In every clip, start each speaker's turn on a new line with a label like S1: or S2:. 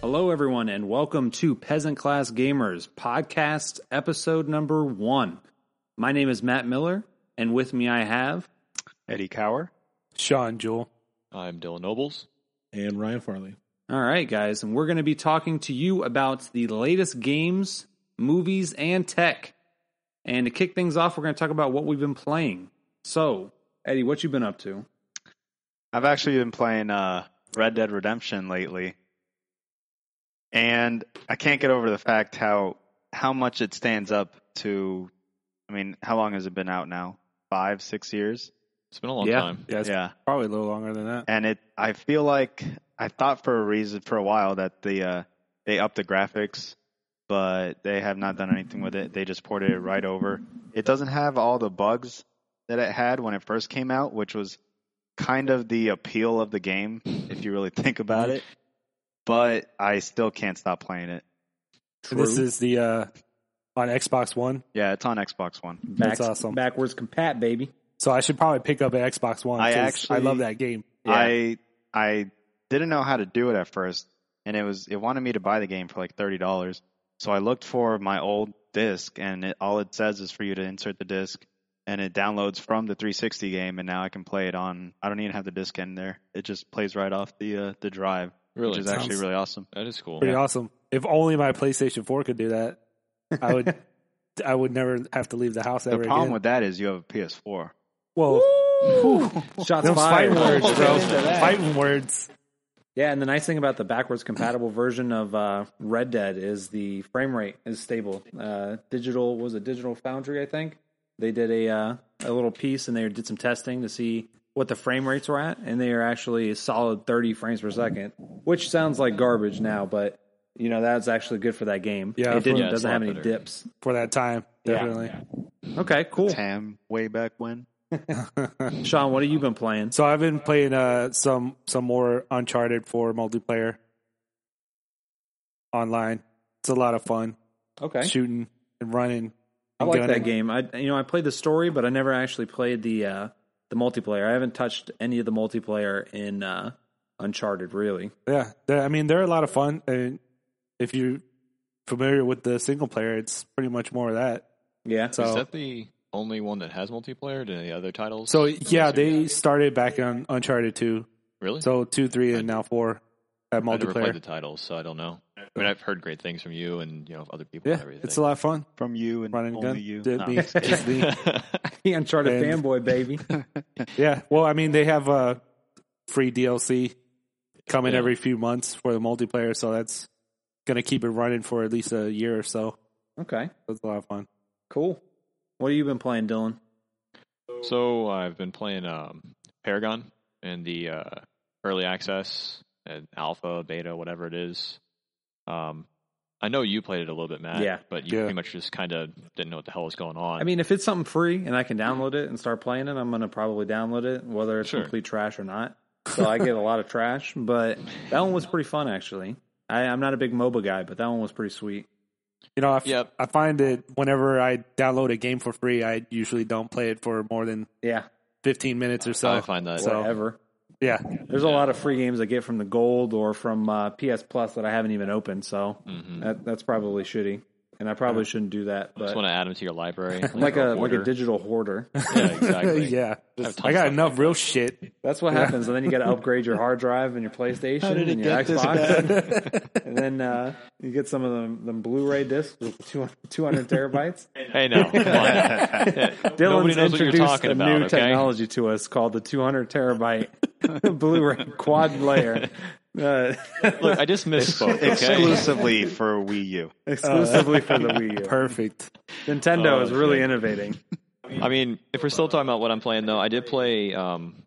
S1: Hello, everyone, and welcome to Peasant Class Gamers podcast episode number one. My name is Matt Miller, and with me I have
S2: Eddie Cower.
S3: Sean Jewell.
S4: I'm Dylan Nobles.
S5: and Ryan Farley.
S1: All right, guys, and we're going to be talking to you about the latest games, movies, and tech. And to kick things off, we're going to talk about what we've been playing. So, Eddie, what you been up to?
S2: I've actually been playing uh, Red Dead Redemption lately, and I can't get over the fact how how much it stands up to. I mean, how long has it been out now? Five, six years?
S4: It's been a long
S1: Yeah.
S4: time.
S3: Yeah, it's
S2: yeah,
S3: probably a little longer than that.
S2: and it. I feel like I thought for a reason for a while that the uh, they upped the graphics, but they have not done anything with it. They just ported it right over. It doesn't have all the bugs that it had when it first came out, which was kind of the appeal of the game, if you really think about it. But I still can't stop playing it.
S3: This is the uh on Xbox One.
S2: Yeah, it's on Xbox One.
S3: That's awesome.
S1: Backwards compat, baby.
S3: So I should probably pick up an Xbox One.
S2: I
S3: 'cause
S2: actually-
S3: I love that game.
S2: I I didn't know how to do it at first, and it was it wanted me to buy the game for like thirty dollars. So I looked for my old disc, and it, all it says is for you to insert the disc, and it downloads from the 360 game, and now I can play it on. I don't even have the disc in there; it just plays right off the uh, the drive,
S4: Really,
S2: which is
S3: Sounds-
S2: actually really awesome.
S4: that is cool.
S3: Pretty awesome. If only my PlayStation 4 could do that, I would I would never have to leave the house
S2: The
S3: ever
S2: problem
S3: again.
S2: with that is you have a PS4.
S3: well,
S1: Shots
S3: those fighting
S1: fired.
S3: words, bro.
S2: into that.
S3: Fighting words.
S1: Yeah, and the nice thing about the backwards compatible version of uh, Red Dead is the frame rate is stable. Uh, digital was a Digital Foundry, I think. They did a uh, a little piece and they did some testing to see what the frame rates were at, and they are actually a solid 30 frames per second, which sounds like garbage now, but you know that's actually good for that game.
S3: Yeah,
S1: it didn't,
S4: Yeah, it's
S1: doesn't
S4: a lot
S1: have any
S4: better.
S1: dips.
S3: For that time,
S1: Yeah.
S3: definitely.
S1: Okay, cool.
S2: Tam, way back when.
S1: Sean, what have you been playing?
S3: So I've been playing uh some some more Uncharted for multiplayer online. It's a lot of fun
S1: Okay,
S3: shooting and running.
S1: I
S3: and
S1: like that
S3: gunning.
S1: game. I you know I played the story, but I never actually played the uh, the multiplayer. I haven't touched any of the multiplayer in uh, Uncharted really.
S3: Yeah, they're, I mean they're a lot of fun, and if you're familiar with the single player, it's pretty much more of that.
S1: Yeah.
S3: So
S4: Is that the only one that has multiplayer? Do any other titles?
S3: so
S4: release
S3: yeah,
S4: it?
S3: they started back on Uncharted two,
S4: really.
S3: so two, three, and now four at
S4: I never played the
S3: multiplayer.
S4: titles, so I don't know. I mean, I've heard great things from you and you know other people.
S3: Yeah,
S4: and everything.
S3: it's a lot of fun.
S2: From you and
S3: Running
S2: only
S3: gun,
S2: you.
S3: did
S2: No.
S3: me, just me.
S1: The Uncharted
S3: And-
S1: fanboy baby.
S3: Yeah, well, I mean they have uh, free DLC coming
S4: Yeah.
S3: every few months for the multiplayer, so that's gonna keep it running for at least a year or so.
S1: Okay.
S3: That's a lot of fun.
S1: Cool. What have you been playing, Dylan?
S4: So I've been playing um, Paragon and the uh, early access and alpha, beta, whatever it is. Um, I know you played it a little bit, Matt.
S1: Yeah.
S4: But you
S3: Yeah.
S4: pretty much just kind of didn't know what the hell was going on.
S1: I mean, if it's something free and I can download it and start playing it, I'm going to probably download it, whether it's
S4: Sure.
S1: complete trash or not. So I get a lot of trash, but that one was pretty fun actually. I, I'm not a big MOBA guy, but that one was pretty sweet.
S3: You know, I f-
S4: Yep.
S3: I find that whenever I download a game for free, I usually don't play it for more than
S1: Yeah,
S3: 15 minutes or so.
S4: I find that
S3: So-
S1: whatever.
S3: yeah.
S1: There's a lot of free games I get from the gold or from uh, PS Plus that I haven't even opened, so
S4: Mhm.
S1: that, that's probably shitty, and I probably shouldn't do that.
S4: I just
S1: But
S4: want to add them to your library.
S1: I'm like a like a
S4: hoarder.
S1: digital hoarder.
S4: Yeah, exactly.
S3: yeah.
S4: have tons
S3: I
S4: of
S3: got
S4: stuff
S3: enough real shit.
S1: That's what happens, and then you got to upgrade your hard drive and your PlayStation and your
S2: get this
S1: Xbox, and then uh, you get some of them, them Blu-ray discs with
S3: Uh,
S1: 200, 200 terabytes.
S4: Hey, now. Come on. Yeah, Nobody
S1: Dylan's
S4: knows what you're
S1: introduced
S4: talking
S1: a
S4: about.
S1: new
S4: okay?
S1: technology to us called the 200 terabyte Blu-ray quad layer. Uh,
S4: Look, I just misspoke. Okay?
S2: Exclusively for Wii U.
S1: exclusively for the Wii U.
S3: Perfect.
S1: Nintendo
S4: Oh,
S1: is really
S4: shit.
S1: innovating.
S4: I mean, if we're still talking about what I'm playing, though, I did play um,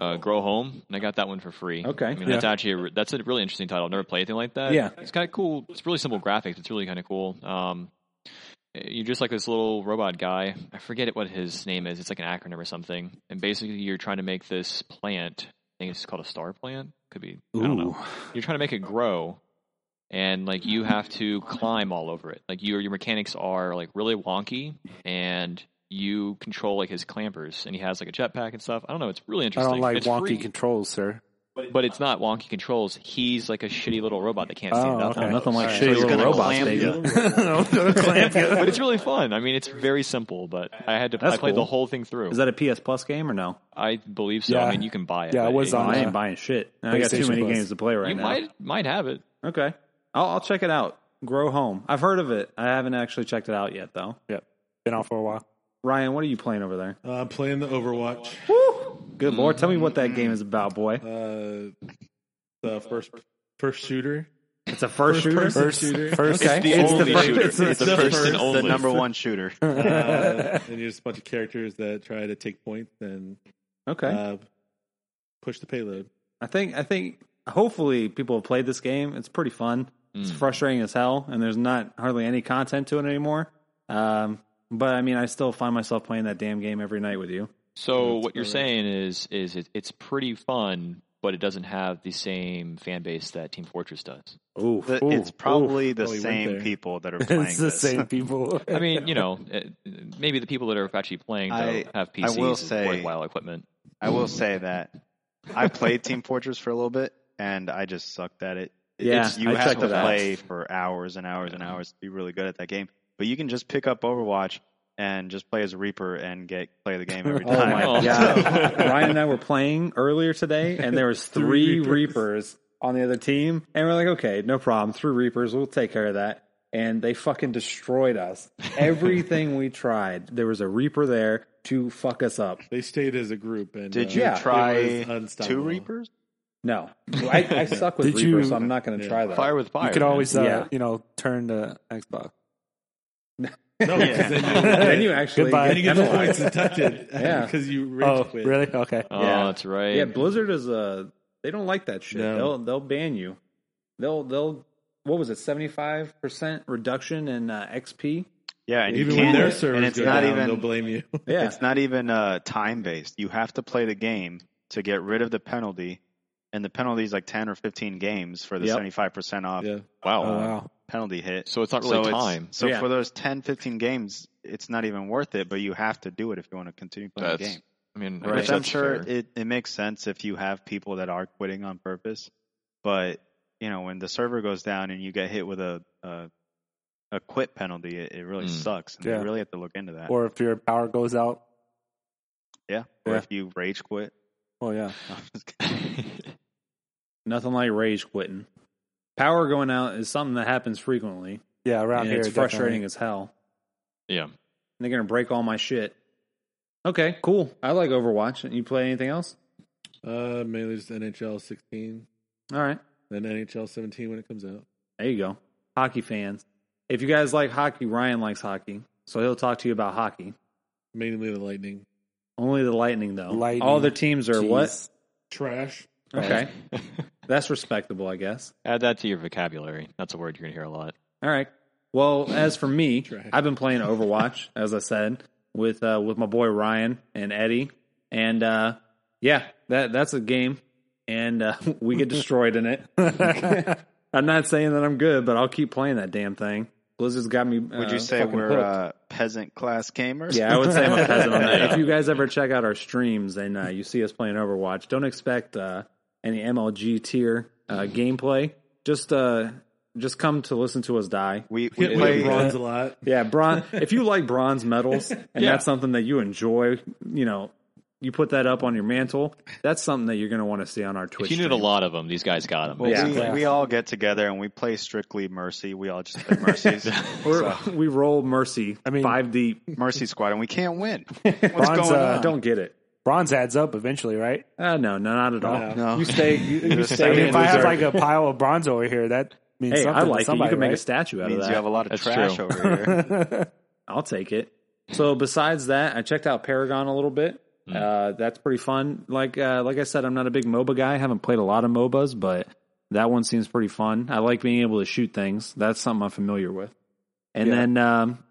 S4: uh, Grow Home, and I got that one for free.
S1: Okay.
S4: I mean, that's actually a, re- that's a really interesting title. I've never played anything like that.
S1: Yeah.
S4: it's kind of cool. It's really simple graphics. It's really kind of cool. Um, you're just like this little robot guy. I forget what his name is. It's like an acronym or something. And basically, you're trying to make this plant. I think it's called a star plant. Could be. I don't know. You're trying to make it grow, and like you have to climb all over it. Like your your mechanics are like really wonky, and you control like his clampers, and he has like a jetpack and stuff. I don't know. It's really
S3: I
S4: interesting.
S3: don't like
S4: It's
S3: wonky
S4: free.
S3: controls, sir.
S4: but it's not wonky controls. He's like a shitty little robot that can't
S3: Oh,
S4: stand up.
S3: okay.
S1: nothing like
S3: Alright.
S1: shitty
S3: So
S2: he's
S1: little
S2: gonna
S1: robots,
S2: clamp
S1: baby.
S2: you.
S3: Clamp you.
S4: But it's really fun. I mean, it's very simple, but I had to.
S1: That's
S4: I played
S1: cool.
S4: the whole thing through.
S1: Is that a PS Plus game or no?
S4: I believe so.
S3: Yeah.
S4: I mean, you can buy it.
S3: Yeah, it
S4: but
S3: was
S1: Oh,
S3: on-
S1: I
S3: uh,
S1: ain't buying shit. I got too
S3: PlayStation
S1: many
S3: Plus.
S1: games to play right
S4: You
S1: now.
S4: might might have it.
S1: Okay, I'll, I'll check it out. Grow Home. I've heard of it. I haven't actually checked it out yet though.
S3: Yep. Been out for a while.
S1: Ryan, what are you playing over there?
S5: Uh, playing the Overwatch.
S1: Good lord, tell me what that game is about, boy.
S5: Uh, the first first shooter.
S1: It's a first, shooter.
S5: person
S3: First,
S5: shooter.
S3: first,
S1: Okay.
S2: the
S1: It's the
S2: only
S1: first-
S2: shooter.
S1: it's the
S2: It's the
S5: first
S2: first
S5: and
S2: and
S5: only.
S2: the number one shooter.
S5: Uh, and you're just a bunch of characters that try to take points and
S1: Okay,
S5: uh, push the payload.
S1: I think I think hopefully people have played this game. It's pretty fun.
S4: Hmm.
S1: It's frustrating as hell, and there's not hardly any content to it anymore. Um, but I mean, I still find myself playing that damn game every night with you.
S4: So
S5: That's
S4: what you're
S5: about right.
S4: saying is is it, it's pretty fun, but it doesn't have the same fan base that Team Fortress does.
S1: Ooh,
S2: The-
S1: ooh.
S2: it's probably the
S5: Oh, he went
S2: same
S5: there.
S2: people that are playing
S3: it's the
S2: this.
S3: same people.
S4: I mean, you know, it, maybe the people that are actually playing though,
S2: I-
S4: have
S2: I
S4: PCs
S2: will
S4: with
S2: say-
S4: worthwhile equipment.
S2: I will say that I played Team Fortress for a little bit, and I just sucked at it.
S1: Yeah,
S2: It's- you
S1: I
S2: have
S1: checked
S2: to
S1: it out.
S2: play for hours and hours and hours to be really good at that game. But you can just pick up Overwatch and just play as Reaper and get play the game every
S3: Oh
S2: time.
S1: my
S4: Oh.
S1: god! Ryan and I were playing earlier today, and there was three
S5: Three
S1: reapers. on the other team, and we're like, okay, no problem, three reapers, we'll take care of that. And they fucking destroyed us. Everything we tried, there was a reaper there to fuck us up.
S5: They stayed as a group. And
S2: Did
S5: uh,
S2: you
S1: Yeah.
S5: it
S2: try
S5: was unstoppable.
S2: two Reapers?
S1: No, I, I suck with
S3: Did
S1: reapers,
S3: you-
S1: so I'm not going to
S5: Yeah.
S1: try that.
S4: Fire with fire.
S3: you could
S4: man.
S3: always, uh,
S1: Yeah.
S3: you know, turn to Xbox.
S5: No, because
S1: then
S5: then you,
S1: you actually
S3: Goodbye.
S5: then you get the
S1: penalized.
S5: points deducted.
S1: Yeah.
S5: because you rage
S3: Oh,
S5: quit.
S3: really? Okay.
S4: Oh,
S2: Yeah.
S4: that's right.
S1: Yeah, Blizzard is a. They don't like that shit.
S5: No.
S1: They'll they'll ban you. They'll they'll what was it seventy five percent reduction in uh, XP?
S2: Yeah, and
S5: Even
S2: you
S5: when
S2: can't,
S5: their servers
S2: and it's
S5: go
S2: not
S5: down, they'll
S2: even
S5: blame you.
S1: Yeah,
S2: it's not even uh, time based. You have to play the game to get rid of the penalty, and the penalty is like ten or fifteen games for the
S1: Yep.
S2: seventy five percent off
S5: yeah.
S4: Wow.
S3: Oh, wow.
S2: penalty hit.
S4: So it's not really
S2: it's-
S4: time.
S2: So
S1: Yeah.
S2: for those 10, 15 games, it's not even worth it, but you have to do it if you want to continue playing
S4: That's.
S2: the game.
S4: I mean, I
S1: Right.
S4: guess
S2: Which I'm
S4: that's
S2: sure
S4: fair.
S2: it, it makes sense if you have people that are quitting on purpose. But, you know, when the server goes down and you get hit with a, a, a quit penalty, it, it really
S4: Mm.
S2: sucks. And
S3: Yeah.
S2: you really have to look into that. Or,
S3: Or if your power goes out.
S2: yeah. Or
S3: Yeah.
S2: if you rage quit.
S3: Oh, yeah.
S1: Nothing like rage quitting. Power going out is something that happens frequently.
S3: Yeah, around
S1: and
S3: here.
S1: it's frustrating
S3: definitely.
S1: as hell.
S4: yeah.
S1: And they're gonna break all my shit. Okay, cool. I like Overwatch. And you play anything else?
S5: Uh, mainly just NHL 16,
S1: All right,
S5: then NHL 17 when it comes out.
S1: there you go. Hockey fans, if you guys like hockey, Ryan likes hockey, so he'll talk to you about hockey.
S5: Mainly the Lightning.
S1: Only the Lightning, though.
S3: Lightning.
S1: All their teams are what?
S3: Jeez.
S5: Trash.
S1: Okay, that's respectable, I guess.
S4: Add that to your vocabulary. That's a word you're gonna hear a lot.
S1: All right. Well, as for me,
S5: Trash.
S1: I've been playing Overwatch, as I said, with uh, with my boy Ryan and Eddie, and uh, yeah, that that's a game, and uh, we get destroyed in it. I'm not saying that I'm good, but I'll keep playing that damn thing. Blizzard's got me.
S2: Would you say we're uh, peasant class gamers?
S1: yeah, I would say I'm a peasant on that. If you guys ever check out our streams and uh, you see us playing Overwatch, don't expect uh, any MLG tier uh, gameplay. Just uh, just come to listen to us die.
S2: We,
S5: We
S2: we play.
S5: bronze a lot.
S1: Yeah, bronze. if you like bronze medals and
S4: Yeah.
S1: that's something that you enjoy, you know, you put that up on your mantle. That's something that you're going to want to see on our Twitch.
S4: If you need a
S1: stream.
S4: lot of them, these guys got them.
S2: Well,
S1: Yeah.
S2: we, we all get together and we play strictly Mercy. We all just play Mercy.
S1: We're, we roll mercy. I mean,
S3: mean-
S1: five deep.
S2: Mercy Squad, and we can't win. What's
S3: Bonza-
S2: going on?
S1: Don't get it.
S3: Bronze adds up eventually, right?
S1: Uh, no, no, not at all.
S2: No.
S1: You stay. You, you
S2: Just
S1: stay.
S2: stay
S1: in
S3: If I
S1: reserve.
S3: have like a pile of bronze over here, that means
S1: hey, I
S3: something
S1: like
S3: to
S1: it. You
S3: somebody.
S1: can make a
S3: right?
S1: statue out of
S2: means
S1: that.
S2: you have a lot of
S4: That's
S2: trash
S4: true.
S2: over here.
S1: I'll take it. So besides that, I checked out Paragon a little bit. Uh, that's pretty fun. Like uh, like I said, I'm not a big MOBA guy. I haven't played a lot of MOBAs, but that one seems pretty fun. I like being able to shoot things. That's something I'm familiar with. And
S3: Yeah.
S1: then um,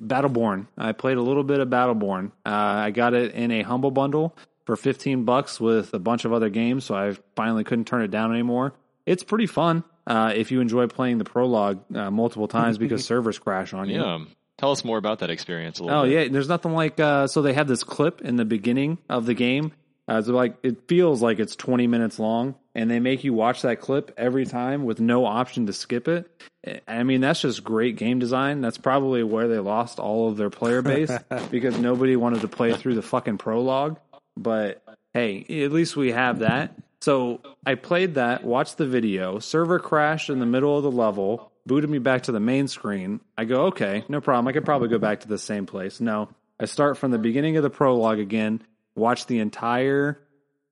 S1: Battleborn. I played a little bit of Battleborn. Uh, I got it in a humble bundle for 15 bucks with a bunch of other games, so I finally couldn't turn it down anymore. It's pretty fun uh, if you enjoy playing the prologue uh, multiple times because servers crash on you.
S4: yeah. Tell us more about that experience a little.
S1: Oh
S4: bit.
S1: yeah, there's nothing like uh, so they have this clip in the beginning of the game. Uh, so like it feels like it's 20 minutes long, and they make you watch that clip every time with no option to skip it. I mean, that's just great game design. That's probably where they lost all of their player base because nobody wanted to play through the fucking prologue. But hey, at least we have that. So I played that, watched the video, server crashed in the middle of the level, booted me back to the main screen. I go, okay, no problem. I could probably go back to the same place. No, I start from the beginning of the prologue again, watch the entire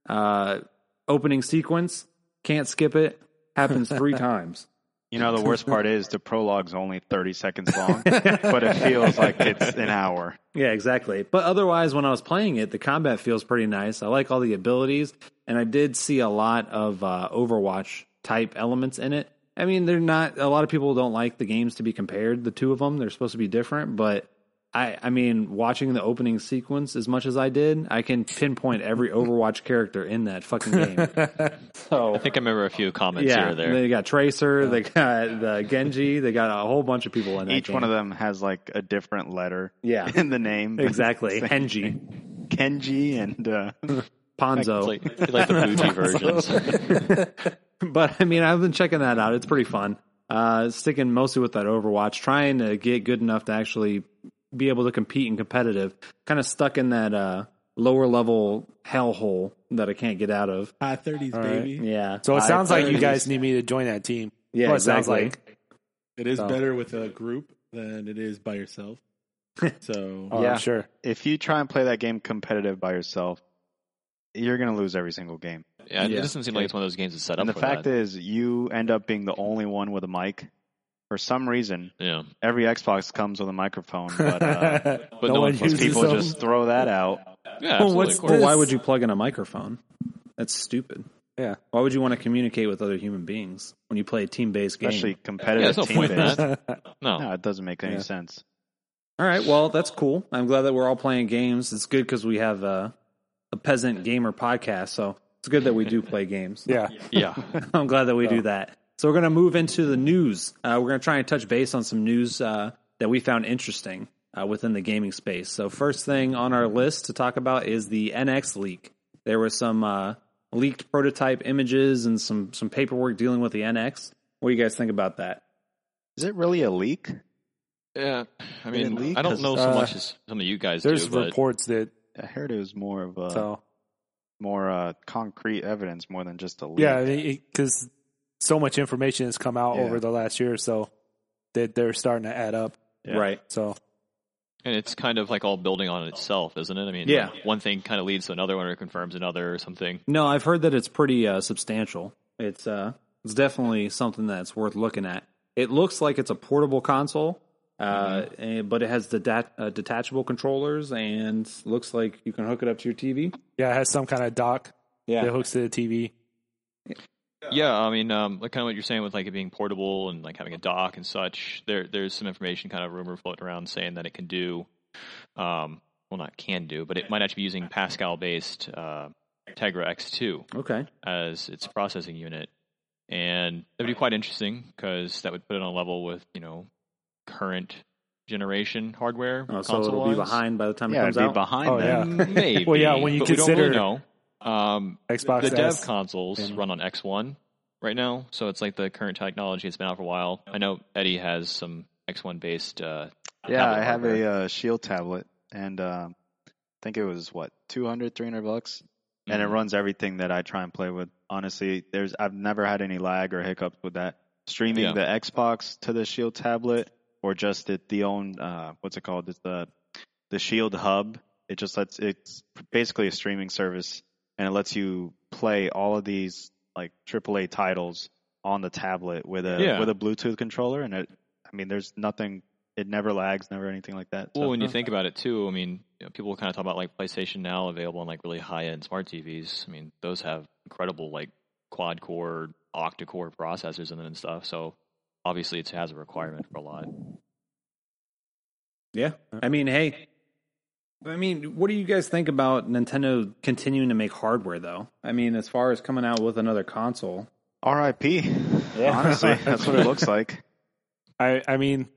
S1: uh, opening sequence, can't skip it, happens three times.
S2: You know, the worst part is the prologue's only 30 seconds long, but it feels like it's an hour.
S1: Yeah, exactly. But otherwise, when I was playing it, the combat feels pretty nice. I like all the abilities, and I did see a lot of uh, Overwatch type elements in it. I mean, they're not. A lot of people don't like the games to be compared. The two of them, they're supposed to be different, but I, I mean, watching the opening sequence as much as I did, I can pinpoint every Overwatch character in that fucking game.
S4: I think I remember a few comments here
S1: yeah,
S4: or there.
S1: they got Tracer, they got the Genji, they got a whole bunch of people in that.
S2: Each
S1: game.
S2: one of them has like a different letter
S1: Yeah.
S2: in the name. but
S1: exactly.
S2: it's
S1: Genji,
S2: like Kenji and uh,
S1: Ponzo,
S4: It's like, it's like the Bluetooth versions.
S1: but I mean, I've been checking that out. It's pretty fun. Uh, sticking mostly with that Overwatch, trying to get good enough to actually be able to compete and competitive. Kind of stuck in that uh, lower level hellhole that I can't get out of.
S5: High thirties,
S3: right.
S5: baby.
S1: Yeah.
S3: So it
S1: I-
S3: sounds like you guys need me to join that team.
S1: Yeah,
S3: Well, it sounds
S1: exactly.
S3: like.
S5: It is
S3: So-
S5: better with a group than it is by yourself. So
S3: Oh,
S1: Yeah.
S3: I'm sure.
S2: if you try and play that game competitive by yourself, you're going to lose every single game.
S4: Yeah, it
S1: Yeah.
S4: doesn't seem like it's one of those games that's set up
S2: And the
S4: for
S2: fact
S4: that.
S2: is, you end up being the only one with a mic. For some reason,
S4: yeah,
S2: every Xbox comes with a microphone, but uh,
S4: but no one
S2: most
S4: uses
S2: people
S3: them.
S2: just throw that out.
S4: yeah, absolutely.
S3: what's
S4: of course.
S1: Well, why
S3: This-
S1: would you plug in a microphone? That's stupid.
S3: Yeah.
S1: Why would you want to communicate with other human beings when you play a team based game?
S2: Especially
S4: Yeah,
S2: competitive
S4: there's no
S2: team
S4: point in
S2: based.
S4: that. No,
S2: No, it doesn't make any sense.
S1: All right. Well, that's cool. I'm glad that we're all playing games. It's good because we have a, a peasant gamer podcast. So it's good that we do play games.
S3: Yeah.
S4: yeah,
S1: I'm glad that we do that. So we're going to move into the news. Uh, we're going to try and touch base on some news uh, that we found interesting uh, within the gaming space. So first thing on our list to talk about is the NX leak. There were some uh, leaked prototype images and some some paperwork dealing with the NX. What do you guys think about that?
S2: Is it really a leak?
S4: yeah. I
S2: Did it
S4: mean,
S2: leak?
S4: I don't know so
S3: Uh,
S4: much as some of you guys
S3: There's
S4: do, but
S3: reports that
S2: I heard it was more of a
S3: so
S2: more uh, concrete evidence more than just a leak.
S3: yeah, because so much information has come out
S2: Yeah.
S3: over the last year or so that they're starting to add up.
S2: Yeah.
S1: Right.
S3: So
S4: and it's kind of like all building on itself, isn't it? I mean,
S1: Yeah.
S4: like, one thing kind of leads to another one or confirms another or something.
S1: No, I've heard that it's pretty uh, substantial. It's uh, it's definitely something that's worth looking at. It looks like it's a portable console, uh,
S2: Mm-hmm.
S1: and- but it has the dat- uh, detachable controllers and looks like you can hook it up to your TV.
S3: yeah, it has some kind of dock that hooks to the TV.
S4: Yeah, I mean, um, like kind of what you're saying with like it being portable and like having a dock and such. There, there's some information kind of rumor floating around saying that it can do, um, well, not can do, but it might actually be using Pascal-based uh, Tegra X2
S1: Okay.
S4: as its processing unit, and that would be quite interesting because that would put it on a level with you know current generation hardware.
S1: Oh, so it'll be
S4: console-wise.
S1: behind by the time
S2: Yeah,
S1: it
S2: it'd
S1: comes
S2: be
S1: out.
S2: behind
S3: Oh,
S2: that.
S3: yeah.
S4: Maybe.
S3: Well, yeah, when you
S4: but we don't really
S3: consider-
S4: know. Um,
S3: Xbox
S4: the
S3: S.
S4: dev consoles run on X1 right now, so it's like the current technology. It's been out for a while. I know Eddie has some X1 based. Uh,
S2: Yeah,
S4: tablet
S2: I have
S4: hardware.
S2: a uh, Shield tablet, and um, I think it was what 200, 300 bucks, and it
S4: Mhm.
S2: runs everything that I try and play with. Honestly, there's I've never had any lag or hiccups with that. Streaming
S4: Yeah.
S2: the Xbox to the Shield tablet, or just at the own uh, what's it called? It's the the Shield Hub. It just lets it's basically a streaming service, and it lets you play all of these like AAA titles on the tablet with a
S4: Yeah.
S2: with a Bluetooth controller, and it. I mean, there's nothing it never lags, never anything like that. So
S4: Well, when you think about it too, I mean, you know, people kind of talk about like PlayStation now available on like really high end smart TVs. I mean, those have incredible like quad core, octa core processors and then stuff. So obviously, it has a requirement for a lot.
S1: Yeah. I mean, hey, I mean, what do you guys think about Nintendo continuing to make hardware though? I mean, as far as coming out with another console,
S2: R.I.P. Honestly, that's what it looks like.
S3: I I mean,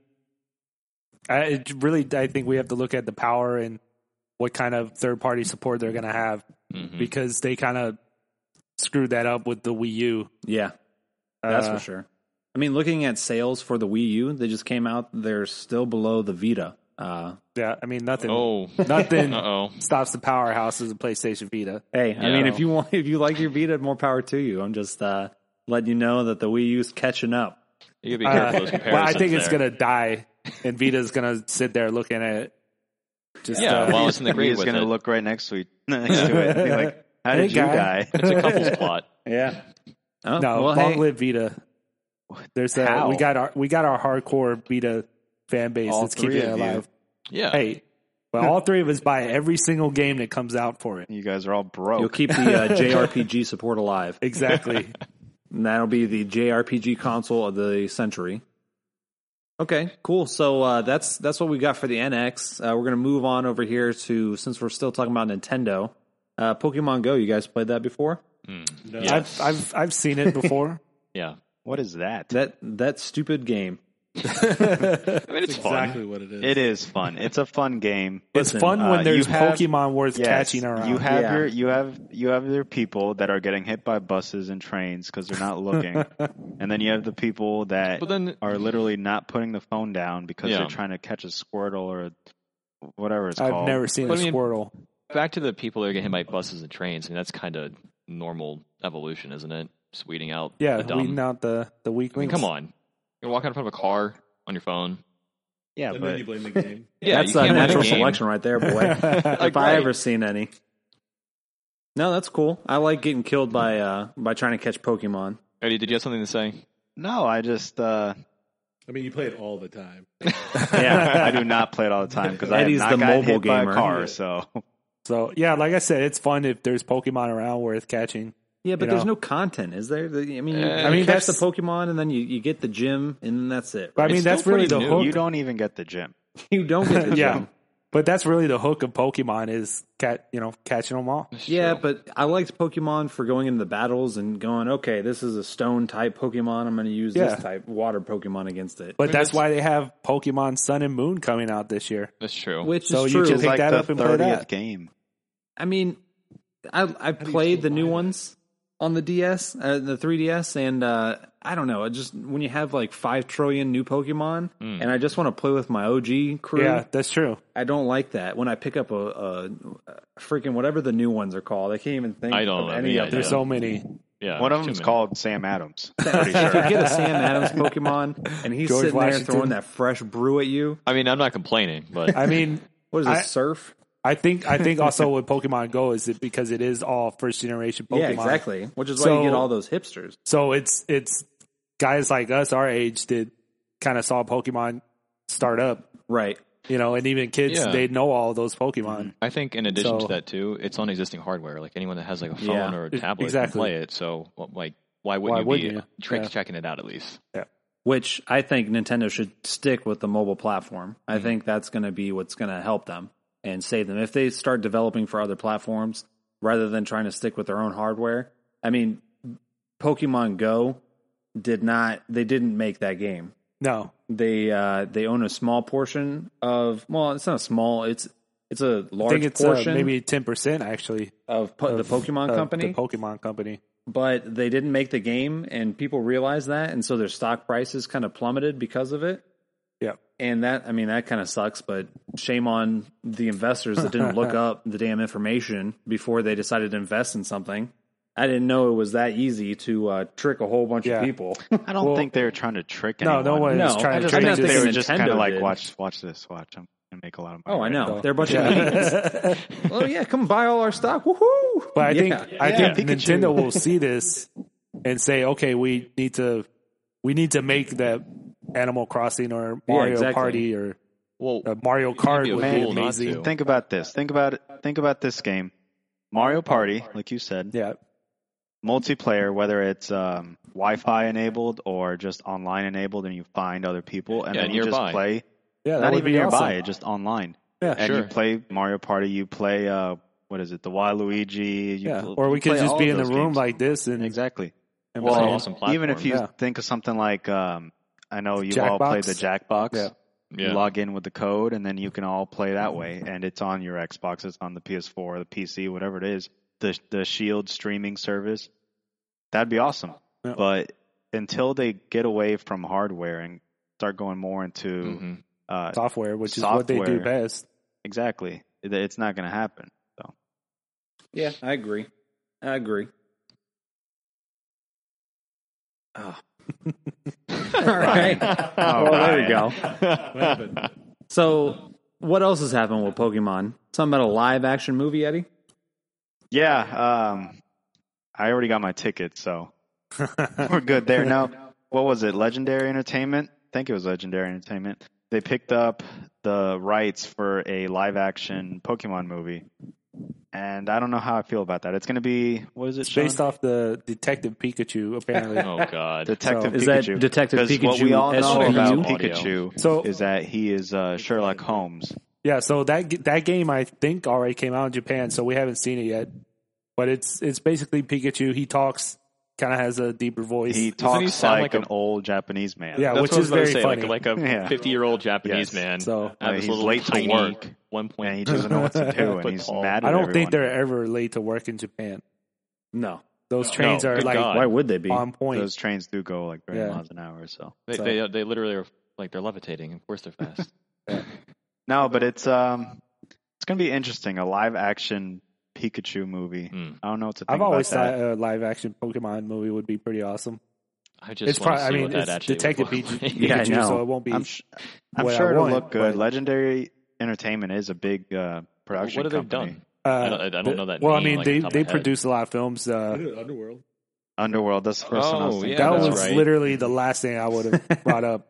S3: I it really I think we have to look at the power and what kind of third party support they're going to have
S4: Mhm.
S3: because they kind of screwed that up with the Wii U.
S1: Yeah, that's
S3: Uh,
S1: for sure. I mean, looking at sales for the Wii U, they just came out. They're still below the Vita. Uh,
S3: Yeah, I mean nothing.
S4: Oh,
S3: Nothing
S4: uh oh.
S3: stops the powerhouses of PlayStation Vita.
S1: hey, I
S4: Yeah.
S1: mean, if you want, if you like your Vita, more power to you. I'm just uh, letting you know that the Wii U's catching up.
S4: You gotta be
S3: Uh,
S4: careful with those comparisons.
S3: well, I think it's
S4: there.
S3: gonna die, and Vita's gonna sit there looking at it. Just
S4: Yeah,
S3: uh,
S4: well, it's in the grave
S2: He's
S4: with
S2: gonna
S4: it.
S2: look right next to, it, next to it and be like, "How
S3: Hey,
S2: did you
S3: guy."
S2: die?"
S4: It's a couple's plot.
S1: Yeah. Oh,
S3: no,
S1: well,
S3: long
S1: hey,
S3: live Vita. There's a,
S2: How?
S3: we got our we got our hardcore Vita fan base
S2: All
S3: that's
S2: three
S3: keeping it
S2: of you.
S3: alive.
S4: Yeah.
S3: Hey, but all three of us buy every single game that comes out for it.
S2: You guys are all broke.
S1: you'll keep the uh, JRPG support alive.
S3: Exactly.
S1: And that'll be the JRPG console of the century. Okay, cool. So uh, that's that's what we got for the NX. Uh, we're gonna move on over here to since we're still talking about Nintendo, uh, Pokemon Go. You guys played that before?
S4: Mm,
S5: No.
S4: Yes.
S3: I've I've I've seen it before.
S4: yeah.
S2: What is that?
S1: That that stupid game.
S4: I mean, it's fun.
S5: exactly what it is.
S2: It is fun. It's a fun game.
S3: it's fun
S2: uh,
S3: when there's
S2: you have-
S3: Pokemon worth
S2: Yes,
S3: catching around.
S2: You have
S1: Yeah.
S2: your you have you have your people that are getting hit by buses and trains because they're not looking, and then you have the people that
S4: But then,
S2: are literally not putting the phone down because
S4: Yeah.
S2: they're trying to catch a Squirtle or a, whatever it's
S3: I've
S2: called.
S3: never seen
S4: But
S3: a
S4: I mean-
S3: Squirtle.
S4: back to the people that are getting hit by buses and trains. I mean, that's kind of normal evolution, isn't it? Just weeding out
S3: Yeah,
S4: the dumb.
S3: weeding out the
S4: I
S3: the
S4: mean,
S3: weaklings.
S4: come on. You're walking in front of a car on your phone.
S2: Yeah,
S5: I know
S2: but
S5: you blame the game.
S4: Yeah,
S1: that's
S4: you
S1: uh,
S4: can't win the
S1: natural
S4: game.
S1: selection right there, boy.
S4: Like,
S1: if I
S4: right.
S1: ever seen any. No, that's cool. I like getting killed by uh by trying to catch Pokemon.
S4: Eddie, did you have something to say?
S2: no, I just uh,
S5: I mean, you play it all the time.
S1: Yeah.
S2: I do not play it all the time because I have
S1: Eddie's
S2: not
S1: the
S2: gotten
S1: mobile
S2: hit by
S1: gamer.
S2: a car. So
S3: So yeah, like I said, it's fun if there's Pokemon around worth catching.
S1: Yeah, but
S3: You
S1: there's
S3: know?
S1: no content, is there? The- I mean, you,
S4: Eh,
S1: you
S4: I
S3: mean,
S1: catch
S3: that's-
S1: the Pokemon and then you, you get the gym and then that's it.
S3: But I
S4: It's
S3: mean,
S4: still
S3: that's really
S4: pretty
S3: the
S4: new.
S3: hook.
S2: you don't even get the gym.
S1: You don't get the
S3: yeah,
S1: gym.
S3: but that's really the hook of Pokemon is cat. You know, catching them all.
S4: That's
S1: Yeah,
S4: true.
S1: but I liked Pokemon for going into the battles and going, okay, this is a stone type Pokemon. I'm going to use
S3: Yeah.
S1: this type water Pokemon against it.
S3: But that's why they have Pokemon Sun and Moon coming out this year.
S4: that's true.
S1: Which
S3: So
S1: is
S3: you
S1: true.
S3: can
S2: It's
S3: Pick
S2: like
S3: that
S2: the
S3: up and play that.
S2: game.
S1: I mean, I I played the new ones on the DS, uh, the 3DS, and uh, I don't know. I just when you have like five trillion new Pokemon,
S4: Hmm.
S1: and I just want to play with my OG crew.
S3: Yeah, that's true.
S1: I don't like that when I pick up a, a, a freaking whatever the new ones are called. I can't even think.
S4: I don't
S1: of
S4: have
S1: any
S4: any
S1: of them.
S4: idea.
S3: There's so many.
S4: Yeah,
S2: One of
S4: it's
S2: them's
S4: too many.
S2: called Sam Adams. Pretty
S1: If you
S2: sure.
S1: get a Sam Adams Pokemon and he's
S3: George
S1: sitting
S3: Washington.
S1: there throwing that fresh brew at you.
S4: I mean, I'm not complaining, but
S3: I mean,
S1: What is
S3: I-
S1: this surf?
S3: I think I think also with Pokemon Go is it because it is all first generation Pokemon.
S1: Yeah, exactly. Which is why
S3: So-
S1: you get all those hipsters.
S3: So it's it's guys like us our age that kind of saw Pokemon start up,
S1: Right.
S3: you know, and even kids
S4: Yeah.
S3: they know all those Pokemon.
S4: I think in addition to
S3: So-
S4: that too, it's on existing hardware. Like anyone that has like a phone
S1: Yeah.
S4: or a
S3: E-
S4: tablet
S3: exactly.
S4: can play it. So well, like, why
S3: Why
S4: wouldn't you
S3: wouldn't
S4: be
S3: you?
S4: trick
S3: Yeah.
S4: checking it out at least?
S1: Which I think Nintendo should stick with the mobile platform. I
S3: Mm-hmm.
S1: think that's going to be what's going to help them and save them. If they start developing for other platforms rather than trying to stick with their own hardware, I mean, Pokemon Go did not, they didn't make that game.
S3: No.
S1: they uh they own a small portion of well it's not small it's it's a
S3: I
S1: large
S3: think it's uh,
S1: portion
S3: maybe 10% actually
S1: of, po-
S3: of,
S1: the pokemon
S3: of
S1: company
S3: The Pokemon company.
S1: but they didn't make the game and people realized that and so their stock prices kind of plummeted because of it
S3: Yeah.
S1: and that i mean that kind of sucks but shame on the investors that didn't look up the damn information before they decided to invest in something i didn't know it was that easy to uh, trick a whole bunch
S3: Yeah.
S1: of people
S2: I don't
S3: Well-
S2: think they were trying to trick
S3: No,
S2: anyone.
S3: no one is
S1: No,
S3: trying
S1: I
S3: to
S1: just-
S2: I
S3: trick
S1: not
S2: think
S1: think
S2: they
S1: the
S2: were just
S1: Nintendo
S2: kind of like,
S1: did.
S2: watch, watch this, watch. I'm gonna make a lot of money.
S1: oh i
S2: right
S1: know
S2: now."
S1: they're a bunch of idiots
S3: Yeah.
S1: oh yeah come buy all our stock woohoo
S3: But I think
S1: Yeah.
S3: I
S2: Yeah,
S3: think
S2: Pikachu.
S3: Nintendo will see this and say, okay, we need to we need to make that Animal Crossing or
S1: Yeah,
S3: Mario
S1: exactly.
S3: Party or
S4: Well,
S3: uh, Mario
S4: be
S3: Kart
S4: a
S3: would be
S4: fool not
S3: amazing.
S4: to.
S2: Think about this. Think about it. Think about this game, Mario Party, like you said,
S3: Yeah,
S2: multiplayer, whether it's um, Wi-Fi enabled or just online enabled, and you find other people, and
S4: Yeah,
S2: then you
S4: nearby.
S2: just play.
S3: yeah, that
S2: Not
S3: would
S2: even
S3: be
S2: nearby,
S3: awesome.
S2: just online.
S3: Yeah,
S2: and you
S4: sure.
S2: play Mario Party. You play uh, what is it? The Waluigi. You
S3: Yeah,
S2: pl-
S3: or
S2: you
S3: we could
S2: play
S3: just
S2: all
S3: be
S2: of
S3: in the
S2: those
S3: room
S2: games.
S3: like this and,
S2: exactly.
S3: and
S4: Well,
S3: play.
S4: an awesome
S2: even if you
S3: platform. Yeah.
S2: think of something like, um, I know you all
S3: Jackbox?
S2: played the Jackbox.
S3: Yeah.
S4: yeah,
S2: You log in with the code, and then you can all play that way. And it's on your Xbox, it's on the PS4, the PC, whatever it is. The the Shield streaming service. That'd be awesome.
S3: Yeah.
S2: But until they get away from hardware and start going more into
S4: Mhm.
S2: uh,
S3: software, which is what they do
S2: Software.
S3: best.
S2: exactly, it- it's not going to happen.
S1: Yeah, I agree. I agree. Oh. All right.
S2: Oh,
S1: well, there
S2: Ryan.
S1: we go. So, what else has happened with Pokemon? Something about a live action movie, Eddie?
S2: Yeah, um, I already got my ticket, so we're good there. Now, what was it? Legendary Entertainment? I think it was Legendary Entertainment. They picked up the rights for a live action Pokemon movie. And I don't know how I feel about that. It's going to be, what is it?
S3: It's based
S2: Sean?
S3: off the Detective Pikachu, apparently.
S4: oh god.
S2: Detective
S3: So-
S1: Is that
S2: Pikachu.
S1: Detective
S2: Because what
S1: Pikachu
S2: we all know
S1: SVU?
S2: about
S4: Audio.
S2: Pikachu
S3: So-
S2: is that he is uh, Sherlock Holmes.
S3: Yeah, so that g- that game I think already came out in Japan, so we haven't seen it yet. But it's it's basically Pikachu. He talks, kind of has a deeper voice.
S2: He
S4: Doesn't he
S2: talks
S4: sound
S2: like,
S4: like a-
S2: an old Japanese man.
S3: Yeah,
S4: That's
S3: which
S4: what I was
S3: is
S4: about to
S3: very
S4: say,
S3: funny.
S4: Like, like
S2: Yeah.
S4: a fifty-year-old Japanese
S2: Yes.
S4: man.
S3: so
S4: I
S2: Uh,
S4: have this
S2: he's
S4: little
S2: late to
S4: tiny
S2: work.
S4: One point.
S2: And he doesn't know what to do, and
S4: But
S2: he's
S4: Paul-
S2: mad at
S3: I don't think
S2: everyone.
S3: they're ever late to work in Japan.
S1: No.
S3: Those trains
S4: No,
S3: are
S4: good
S3: like
S4: God.
S1: Why would they be?
S3: on point.
S2: Those trains do go like 30
S3: Yeah.
S2: miles an hour, so.
S4: They,
S3: So-
S4: they they literally are like they're levitating. Of course they're fast.
S2: No, but it's um, it's gonna be interesting. A live action Pikachu movie.
S4: Mm.
S2: I don't know what to think
S3: I've
S2: about
S3: always
S2: that.
S3: thought uh, a live action Pokemon movie would be pretty awesome.
S4: I just
S3: It's
S4: want
S3: probably-
S4: to
S3: I
S4: see
S3: mean,
S4: what that
S3: it's
S4: actually
S3: Detective
S4: would look like.
S3: Pikachu,
S1: Yeah, I know.
S3: so it won't be.
S2: I'm, sh- I'm
S3: what I
S2: sure it'll
S3: want,
S2: look good.
S3: but-
S2: Legendary Entertainment is a big uh, production.
S4: what have they
S2: company.
S4: done?
S3: uh,
S4: I don't- I don't
S3: the-
S4: know that
S3: Well,
S4: name,
S3: I mean,
S4: like, off
S3: they
S4: the top of
S3: they
S4: my head.
S3: produce a lot of films. Uh,
S5: Underworld.
S2: Underworld. That's the first one I was
S4: Oh,
S2: thinking.
S4: yeah,
S3: that
S4: that's
S3: was
S4: right.
S3: literally the last thing I would have brought up.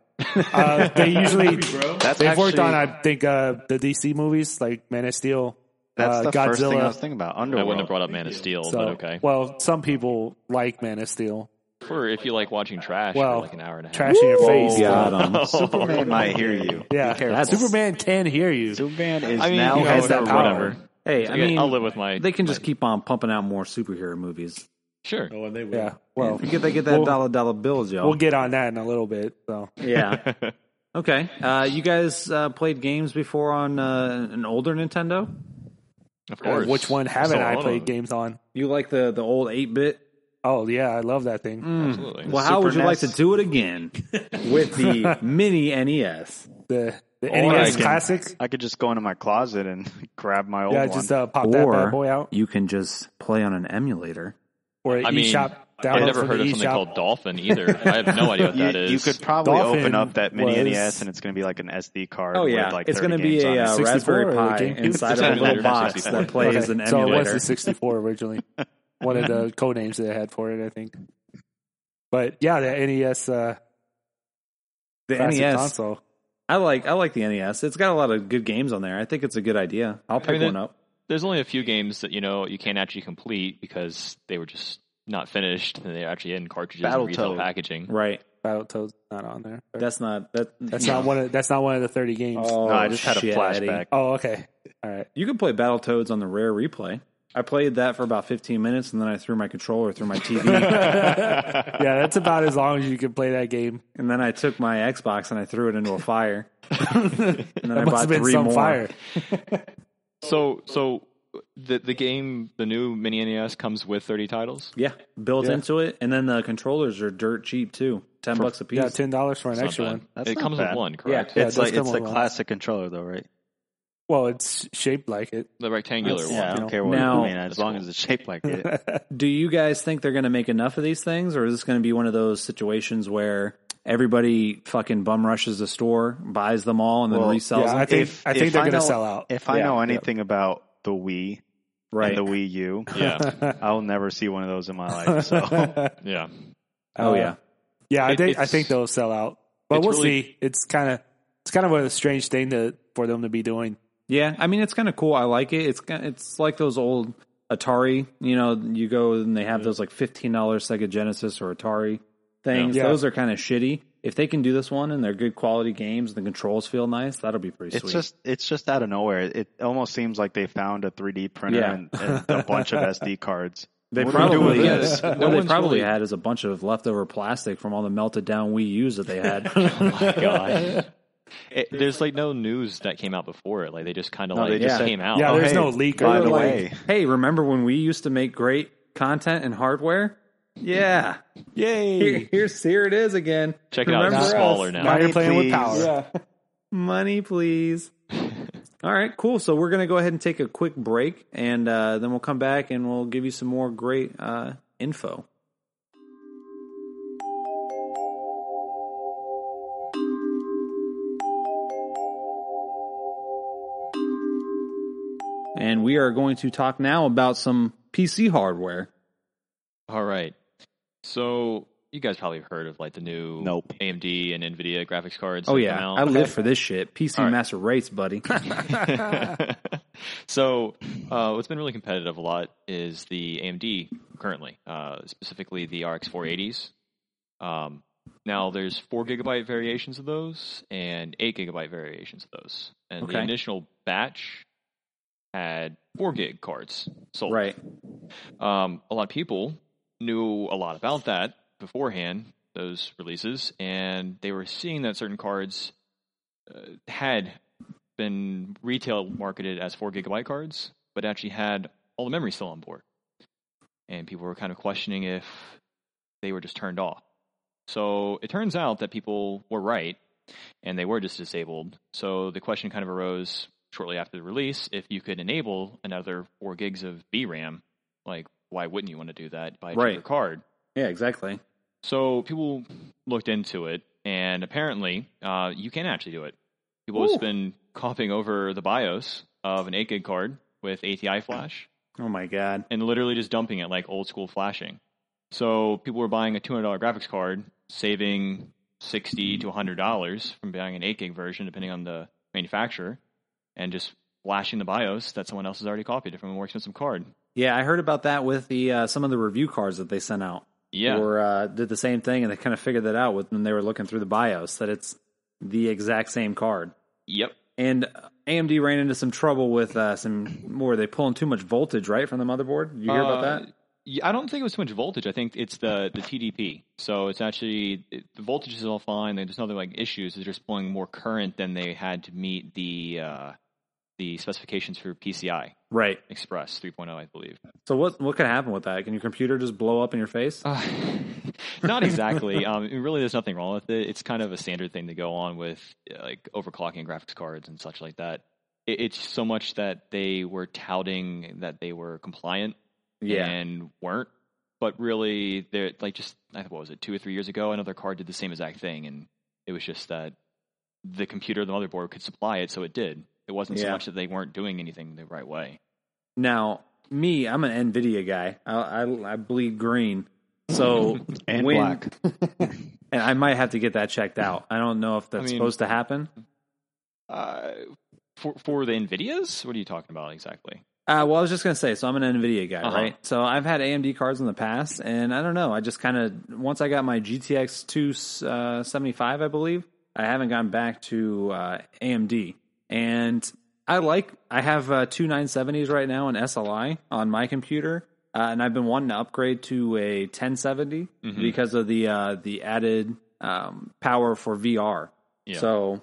S3: Uh, they usually
S5: Bro.
S2: That's
S3: They've worked
S2: actually-
S3: on, I think, uh, the DC movies like Man of Steel,
S2: That's
S3: uh,
S2: the
S3: Godzilla.
S2: first thing I was thinking about.
S4: I
S2: Underworld.
S4: wouldn't have brought up Man of Steel,
S3: so,
S4: but okay.
S3: well, some people like Man of Steel,
S4: Or if you like watching trash
S3: Well,
S4: for like an hour and a half. Oh,
S3: trash in your face.
S1: Got
S3: though.
S1: 'em.
S2: Superman might hear you.
S3: Yeah,
S2: Be careful.
S3: Superman can hear you.
S2: Superman is
S4: I mean,
S2: now
S4: you know,
S2: has
S3: that
S2: that
S3: power.
S2: whatever.
S1: Hey,
S4: So
S1: I
S4: yeah,
S1: mean,
S4: I'll live with my.
S1: they can just
S4: my-
S1: keep on pumping out more superhero movies.
S4: sure.
S5: Oh, and they will.
S3: Yeah, well,
S1: If you get, they get that
S3: We'll-
S1: dollar dollar bills, y'all.
S3: we'll get on that in a little bit. So
S1: yeah. Okay. Uh, you guys uh, played games before on uh, an older Nintendo?
S4: Of course.
S3: Uh, which one haven't I played games on?
S1: You like the, the old 8 bit?
S3: Oh yeah, I love that thing.
S4: Absolutely.
S1: Well, how would you
S2: Super
S1: like to
S2: NES?
S1: do it again with the mini E NES?
S3: The the
S2: Or I
S3: NES
S2: can-
S3: classic.
S2: I could just go into my closet and grab my old
S3: Yeah,
S2: one.
S3: just uh, pop that bad boy
S1: Or
S3: out
S1: you can just play on an emulator.
S3: or an
S4: I mean,
S3: eShop.
S4: I've
S3: download
S4: never
S3: from
S4: heard
S3: the
S4: of something
S3: eShop.
S4: called Dolphin either. I have no idea what
S2: you,
S4: that is.
S2: you could probably open
S3: Dolphin
S2: up that mini
S3: was-
S2: NES and it's going to be like an SD card.
S1: Oh yeah,
S2: with like
S1: it's going to
S2: 30
S1: be
S2: games
S1: a
S2: on it.
S1: uh,
S3: 64
S1: Raspberry
S3: or
S1: Pi
S3: GameCube?
S1: inside of a little
S4: Emulator,
S1: box
S4: 64.
S1: that plays
S3: Okay,
S1: an
S3: so it was
S1: emulator.
S3: the 64 originally. One of the code names they had for it, I think. But yeah, the NES uh,
S1: the
S3: classic
S2: E
S1: NES.
S3: console.
S1: I like I like the NES. It's got a lot of good games on there. I think it's a good idea. I'll pick
S4: mean,
S1: one
S4: it-
S1: up.
S4: There's only a few games that you know you can't actually complete because they were just not finished and they're actually in cartridges and retail
S2: Battletoad.
S4: packaging.
S1: Right.
S3: Battletoad's not on there.
S1: That's not that.
S3: that's not one. Of, that's not one of the 30 games. Oh,
S1: Oh,
S2: No, I just had a
S1: shit,
S2: flashback.
S1: Eddie.
S3: okay. All right.
S1: You can play Battletoads on the rare replay. I played that for about 15 minutes and then I threw my controller through my TV
S3: Yeah, that's about as long as you can play that game.
S1: and then I took my Xbox and I threw it into a fire. and then I
S3: That must
S1: bought
S3: have been
S1: three
S3: some
S1: more.
S3: fire.
S4: So, so the the game, the new mini NES comes with 30 titles.
S1: Yeah, built
S3: Yeah.
S1: into it, and then the controllers are dirt cheap too, ten bucks a piece.
S3: Yeah, ten dollars for an
S4: Not
S3: extra
S4: bad.
S3: one.
S2: That's
S4: it
S2: not
S4: comes
S2: bad.
S4: with one, correct?
S3: Yeah,
S2: it's
S3: it
S2: like
S3: does
S2: it's
S3: come
S2: the
S3: with one.
S2: classic controller though, right?
S3: Well, it's shaped like it.
S4: The rectangular one.
S2: Yeah, I
S3: You
S2: don't
S3: know.
S2: care what
S1: Now-
S2: I mean. As long as it's shaped like it,
S1: Do you guys think they're going to make enough of these things, or is this going to be one of those situations where everybody fucking bum rushes the store, buys them all, and then
S2: Well,
S1: resells
S3: Yeah,
S1: them?
S3: I think
S2: If-
S3: I think
S2: if
S3: they're
S2: I
S3: gonna
S2: know-
S3: sell out.
S2: if I
S3: Yeah,
S2: know
S3: yeah.
S2: anything about the Wii
S1: right?
S2: and the Wii U,
S4: Yeah,
S2: I'll never see one of those in my life. So
S4: yeah.
S1: oh
S3: Uh,
S1: yeah,
S3: Yeah, I
S4: It-
S3: think I
S4: it's-
S3: think they'll sell out, but
S4: it's
S3: we'll
S4: really-
S3: see. It's kind of it's kind of a strange thing to for them to be doing.
S1: yeah. I mean, it's kind of cool. I like it. It's ki- it's like those old Atari. You know, you go and they have those like fifteen dollars Sega Genesis or Atari things.
S3: Yeah.
S1: Those are kind of shitty. If they can do this one and they're good quality games and the controls feel nice, that'll be pretty
S2: it's
S1: sweet.
S2: just it's just out of nowhere. It almost seems like they found a 3D printer
S1: Yeah.
S2: and, and a bunch of SD cards.
S1: They
S2: What do we do
S1: probably
S2: with
S1: yes.
S2: this?
S1: What
S4: No
S1: they
S4: one's
S1: probably
S4: really-
S1: had is a bunch of leftover plastic from all the melted down Wii U's that they had. oh my god!
S4: It, there's like no news that came out before it. Like they just kind of
S2: No, they
S4: like
S2: just
S1: said-
S4: came out.
S3: Yeah,
S2: Oh,
S3: there's
S2: hey,
S3: no leak.
S2: by
S3: or
S2: the
S3: anything.
S2: way-
S1: hey, remember when we used to make great content and hardware? Yeah. Here,
S3: Yay!
S1: here's here it is again.
S4: Check it out.
S1: Remember uh,
S4: It's
S1: us.
S4: smaller now.
S3: Now you're
S2: Money,
S3: playing with
S2: please.
S3: power.
S1: Yeah. Money, please. All right, cool. So we're gonna go ahead and take a quick break, and uh, then we'll come back and we'll give you some more great uh, info. And we are going to talk now about some PC hardware.
S4: All right. So you guys probably have heard of like the new
S2: Nope.
S4: AMD and Nvidia graphics cards.
S1: Oh
S4: that
S1: yeah,
S4: come out.
S1: I live for this shit. PC
S4: All right.
S1: master race, buddy.
S4: so uh, what's been really competitive a lot is the AMD currently, uh, specifically the RX 480s. Um, now there's four gigabyte variations of those and eight gigabyte variations of those, and the
S1: Okay.
S4: initial batch had four gig cards sold.
S1: right.
S4: Um, a lot of people knew a lot about that beforehand, those releases, and they were seeing that certain cards uh, had been retail marketed as four gigabyte cards, but actually had all the memory still on board. And people were kind of questioning if they were just turned off. So it turns out that people were right and they were just disabled. So the question kind of arose shortly after the release if you could enable another four gigs of VRAM. Like, why wouldn't you want to do that by
S1: Right.
S4: your card?
S1: Yeah, exactly.
S4: So people looked into it, and apparently, uh, you can actually do it. People have been copying over the BIOS of an 8 gig card with ATI flash
S1: Oh my god.
S4: and literally just dumping it like old school flashing. So people were buying a $200 graphics card, saving 60 to $100 from buying an 8 gig version, depending on the manufacturer, and just flashing the BIOS that someone else has already copied it from a more expensive card.
S1: Yeah, I heard about that with the uh, some of the review cards that they sent out.
S4: Yeah.
S1: Or uh, did the same thing, and they kind of figured that out with when they were looking through the BIOS that it's the exact same card.
S4: yep.
S1: And AMD ran into some trouble with uh, some. Were they pulling too much voltage right from the motherboard? Did you hear about
S4: Uh,
S1: that?
S4: Yeah, I don't think it was too much voltage. I think it's the the TDP. So it's actually it, the voltage is all fine. There's nothing like issues. It's just pulling more current than they had to meet the uh, the specifications for PCI
S1: Right.
S4: Express 3.0, I believe.
S1: So what what could happen with that? Can your computer just blow up in your face?
S4: Uh, not exactly. um, and really, there's nothing wrong with it. It's kind of a standard thing to go on with uh, like overclocking graphics cards and such like that. It, it's so much that they were touting that they were compliant and weren't. But really, they're like just I think what was it two or three years ago, another card did the same exact thing, and it was just that the computer, the motherboard, could supply it, so it did. It wasn't so
S1: Yeah.
S4: much that they weren't doing anything the right way.
S1: Now me, I'm an Nvidia guy. I I, I bleed green. So
S2: And
S1: when-
S2: black.
S1: and I might have to get that checked out. I don't know if that's
S4: mean-
S1: supposed to happen.
S4: Uh, for for the Nvidias, what are you talking about exactly?
S1: Uh, well, I was just gonna say, so I'm an Nvidia guy,
S4: Uh-huh.
S1: right? So I've had AMD cards in the past, and I don't know. I just kind of once I got my GTX 275, uh, I believe, I haven't gone back to uh, AMD, and I like I have uh, two 970s right now in SLI on my computer, uh, and I've been wanting to upgrade to a 1070
S4: Mm-hmm.
S1: because of the uh, the added um, power for VR.
S4: Yeah.
S1: So,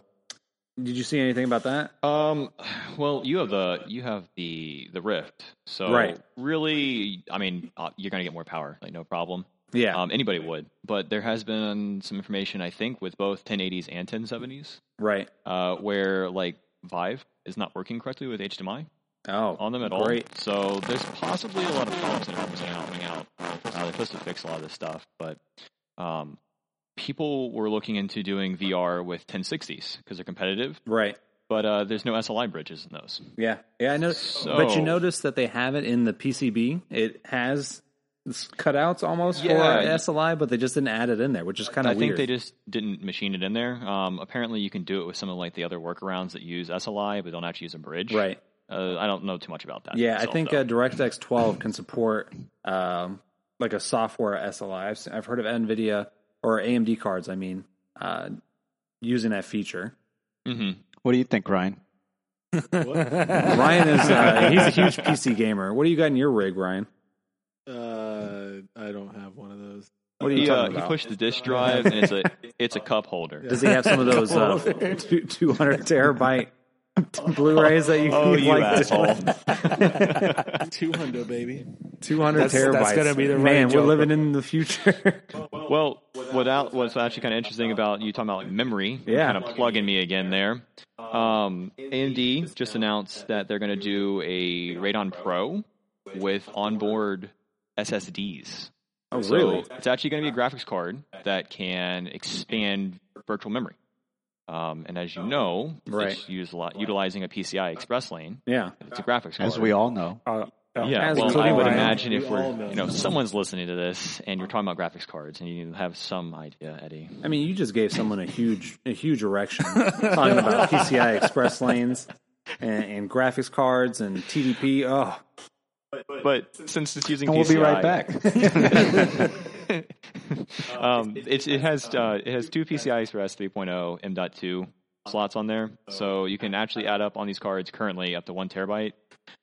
S1: did you see anything about that?
S4: Um, well, you have the you have the the Rift, so
S1: Right.
S4: really, I mean, uh, you're gonna get more power, like no problem.
S1: Yeah.
S4: Um, anybody would, but there has been some information I think with both 1080s and 1070s,
S1: right.
S4: uh, where like Vive is not working correctly with HDMI
S1: Oh,
S4: on them at
S1: Great.
S4: all. So there's possibly a lot of problems that are coming out. Coming out. Uh, they're supposed to fix a lot of this stuff, but um, people were looking into doing VR with 1060s because they're competitive,
S1: Right.
S4: but uh, there's no SLI bridges in those.
S1: Yeah, yeah, I know. but
S4: So-
S1: you notice that they have it in the PCB. It has s- cutouts almost
S4: Yeah.
S1: for SLI, but they just didn't add it in there, which is kind
S4: I
S1: of
S4: think
S1: weird.
S4: they just didn't machine it in there. Um, apparently, you can do it with some of like the other workarounds that use SLI but don't actually use a bridge.
S1: right.
S4: Uh, I don't know too much about that.
S1: Yeah, I
S4: myself,
S1: think
S4: though.
S1: uh, DirectX 12 can support um, like a software SLI. I've, se- I've heard of NVIDIA or AMD cards. I mean, uh, using that feature.
S4: Mhm.
S2: What do you think, Ryan?
S1: Ryan is uh, he's a huge PC gamer. What do you got in your rig, Ryan?
S5: Uh, I don't have one of those.
S1: What are you
S4: He, uh,
S1: talking
S4: he
S1: about?
S4: pushed the disk drive, and it's a it's a cup holder.
S1: Does he have some of those uh, two, 200 terabyte Blu-rays that you
S2: Oh,
S1: can
S2: you
S1: like
S2: asshole.
S5: Two hundo, baby.
S1: 200
S3: That's-
S1: terabytes.
S3: that's gonna be the right
S1: man.
S3: joke.
S1: We're living in the future.
S4: Well, without uh, what's actually kind of interesting about you talking about like memory,
S1: Yeah.
S4: kind of plugging me again there. Um, AMD just announced that they're going to do a Radon Pro with onboard SSDs.
S1: oh,
S4: So it's actually going to be a graphics card that can expand virtual memory. Um, and as you know,
S1: Right.
S4: it's used a lot, utilizing a PCI Express lane.
S1: Yeah.
S4: It's a graphics card.
S2: As we all know.
S3: Uh, uh,
S4: Yeah,
S1: As
S4: well,
S1: we
S4: I would
S1: all know.
S4: imagine if
S5: We
S4: we're,
S5: all know.
S4: you know, someone's listening to this and you're talking about graphics cards and you need to have some idea, Eddie.
S1: I mean, you just gave someone a huge, a huge erection talking about PCI Express lanes and, and graphics cards and TDP. Oh,
S4: But since it's using
S2: And we'll be right back.
S4: um, it's, it has uh, it has two PCI Express 3.0 M.2 slots on there, so you can actually add up on these cards currently up to one terabyte.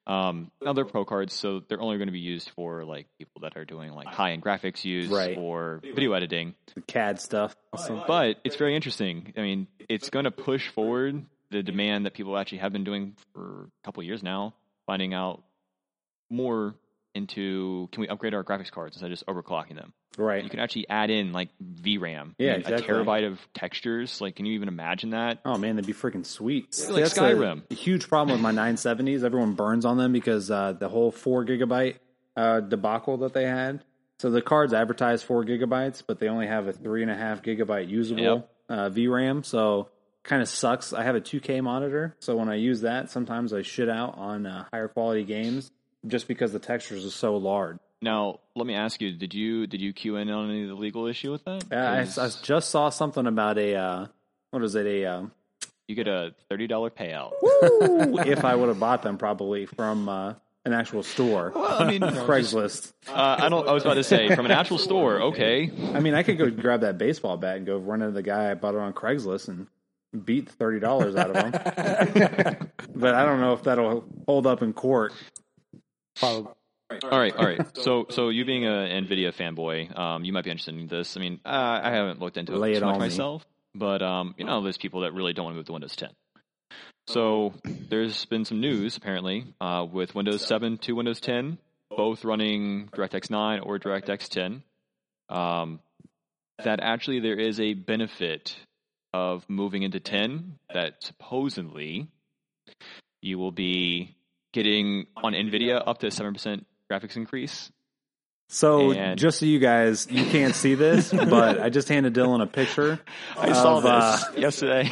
S4: Um, now they're pro cards, so they're only going to be used for like people that are doing like high end graphics use
S1: Right.
S4: or video editing.
S1: the CAD stuff. Awesome.
S4: But it's very interesting. I mean, it's going to push forward the demand that people actually have been doing for a couple of years now, finding out more into can we upgrade our graphics cards instead of just overclocking them. You
S1: Right.
S4: can actually add in like VRAM,
S1: Yeah,
S4: and
S1: exactly.
S4: a terabyte of textures. Like, can you even imagine that?
S1: Oh man, that'd be freaking sweet. See,
S4: like
S1: that's a-
S4: Skyrim.
S1: A, huge problem with my 970s. Everyone burns on them because uh, the whole four gigabyte uh, debacle that they had. So the cards advertise four gigabytes, but they only have a three and a half gigabyte usable
S4: Yep.
S1: uh, VRAM. So kind of sucks. I have a 2K monitor, so when I use that, sometimes I shit out on uh, higher quality games just because the textures are so large.
S4: Now, let me ask you: Did you did you cue in on any of the legal issue with that?
S1: Uh, I,
S4: 'Cause
S1: I just saw something about a uh, what is it a um,
S4: you get a thirty dollar payout.
S1: if I would have bought them probably from uh, an actual store,
S4: I mean,
S1: Craigslist.
S4: uh, I don't. I was about to say from an actual store. Okay,
S1: I mean, I could go grab that baseball bat and go run into the guy I bought it on Craigslist and beat thirty dollars out of him. but I don't know if that'll hold up in court.
S3: probably.
S4: All right, all right. So, so you being an NVIDIA fanboy, um, you might be interested in this. I mean, uh, I haven't looked into
S1: Lay
S4: it
S1: it
S4: too much
S1: on me.
S4: myself, but um, you know, there's people that really don't want to move to Windows 10. So, there's been some news apparently uh, with Windows 7 to Windows 10, both running DirectX 9 or DirectX 10. Um, that actually there is a benefit of moving into 10 that supposedly you will be getting on NVIDIA up to 7% graphics increase.
S1: So,
S4: And-
S1: just so you guys, you can't see this, but I just handed Dylan a picture.
S4: I saw
S1: of,
S4: this yesterday.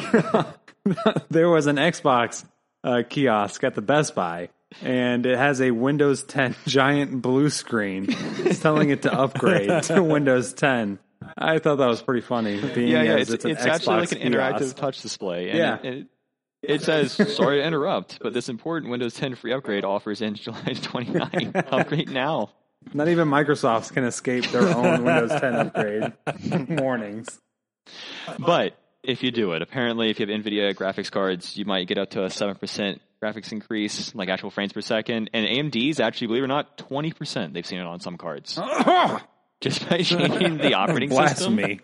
S1: there was an Xbox uh, kiosk at the Best Buy, and it has a Windows 10 giant blue screen It's telling it to upgrade to Windows 10. I thought that was pretty funny. Being
S4: yeah, yeah,
S1: as
S4: it's, it's,
S1: an
S4: actually like
S1: Xbox
S4: an interactive
S1: kiosk.
S4: touch display. And
S1: Yeah.
S4: It, and it- it says, sorry to interrupt, but this important Windows 10 free upgrade offers ends July 29. upgrade now.
S1: Not even Microsoft's can escape their own Windows 10 upgrade warnings.
S4: But if you do it, apparently if you have NVIDIA graphics cards, you might get up to a 7% graphics increase, like actual frames per second. And AMD's actually, believe it or not, 20%. They've seen it on some cards. Just by changing the operating system.
S1: Blasphemy.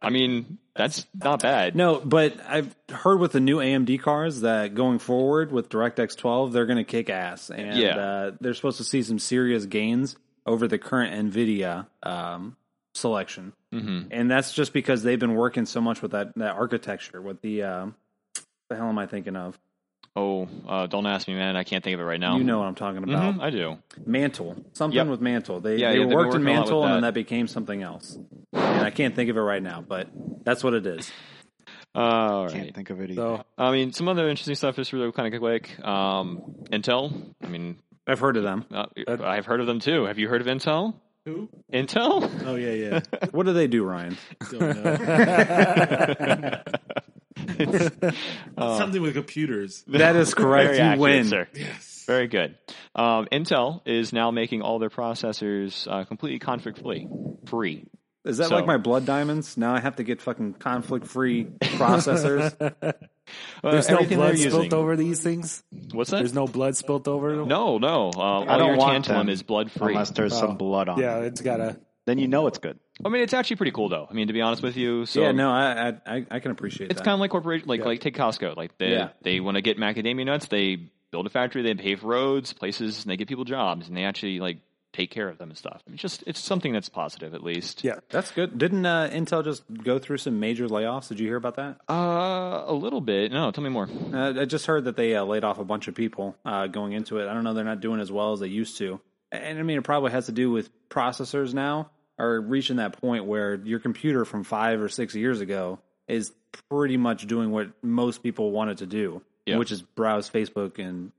S4: I mean, that's not bad.
S1: No, but I've heard with the new AMD cars that going forward with DirectX 12, they're going to kick ass, and
S4: Yeah.
S1: uh, they're supposed to see some serious gains over the current NVIDIA um, selection,
S4: Mhm.
S1: and that's just because they've been working so much with that that architecture. With the um, the hell am I thinking of?
S4: Oh, uh, don't ask me, man. I can't think of it right now.
S1: You know what I'm talking about?
S4: Mhm, I do.
S1: Mantle, something
S4: Um, Yep.
S1: with Mantle. They,
S4: Yeah,
S1: they
S4: yeah, they've been
S1: worked in
S4: working a lot
S1: Mantle,
S4: with
S1: and then
S4: that.
S1: that became something else. And I can't think of it right now, but that's what it is.
S4: Uh, all right.
S2: Can't think of it either.
S3: So
S4: I mean, some other interesting stuff just really kind of quick. Um, Intel. I mean,
S1: I've heard of them.
S4: uh, I've heard of them too. Have you heard of Intel?
S5: Who?
S4: Intel?
S5: Oh yeah, yeah.
S1: What do they do, Ryan?
S5: Don't know. Something with computers.
S1: That is correct.
S4: Very
S1: you
S4: accurate,
S1: win.
S4: sir. Very good. Um, Intel is now making all their processors uh, completely conflict free. Free.
S1: Is that
S4: So-
S1: like my blood diamonds? Now I have to get fucking conflict free processors.
S4: Uh,
S3: there's no
S4: everything they're
S3: blood
S4: using.
S3: spilt over these things.
S4: What's that?
S3: There's no blood spilt over them.
S4: no, no. Uh, all
S2: don't
S4: your
S2: want
S4: tantalum
S2: them
S4: is blood free.
S2: Unless there's some
S3: Oh.
S2: blood on
S3: Yeah,
S2: it.
S3: it's gotta.
S2: then you know it's good.
S4: I mean, it's actually pretty cool though. I mean, to be honest with you, so
S1: yeah, no, I I- I, I can appreciate
S4: it's
S1: that.
S4: kind of like corporation, like like take Costco. Like they
S1: Yeah.
S4: they want to get macadamia nuts, they build a factory, they pave roads, places, and they give people jobs, and they actually like take care of them and stuff. It's just it's something that's positive at least.
S3: Yeah.
S1: That's good. Didn't uh, Intel just go through some major layoffs? Did you hear about that?
S4: Uh, a little bit. No, tell me more.
S1: Uh, I just heard that they uh, laid off a bunch of people uh, going into it. I don't know. They're not doing as well as they used to. And I mean, it probably has to do with processors now are reaching that point where your computer from five or six years ago is pretty much doing what most people want it to do,
S4: Yeah.
S1: which is browse Facebook and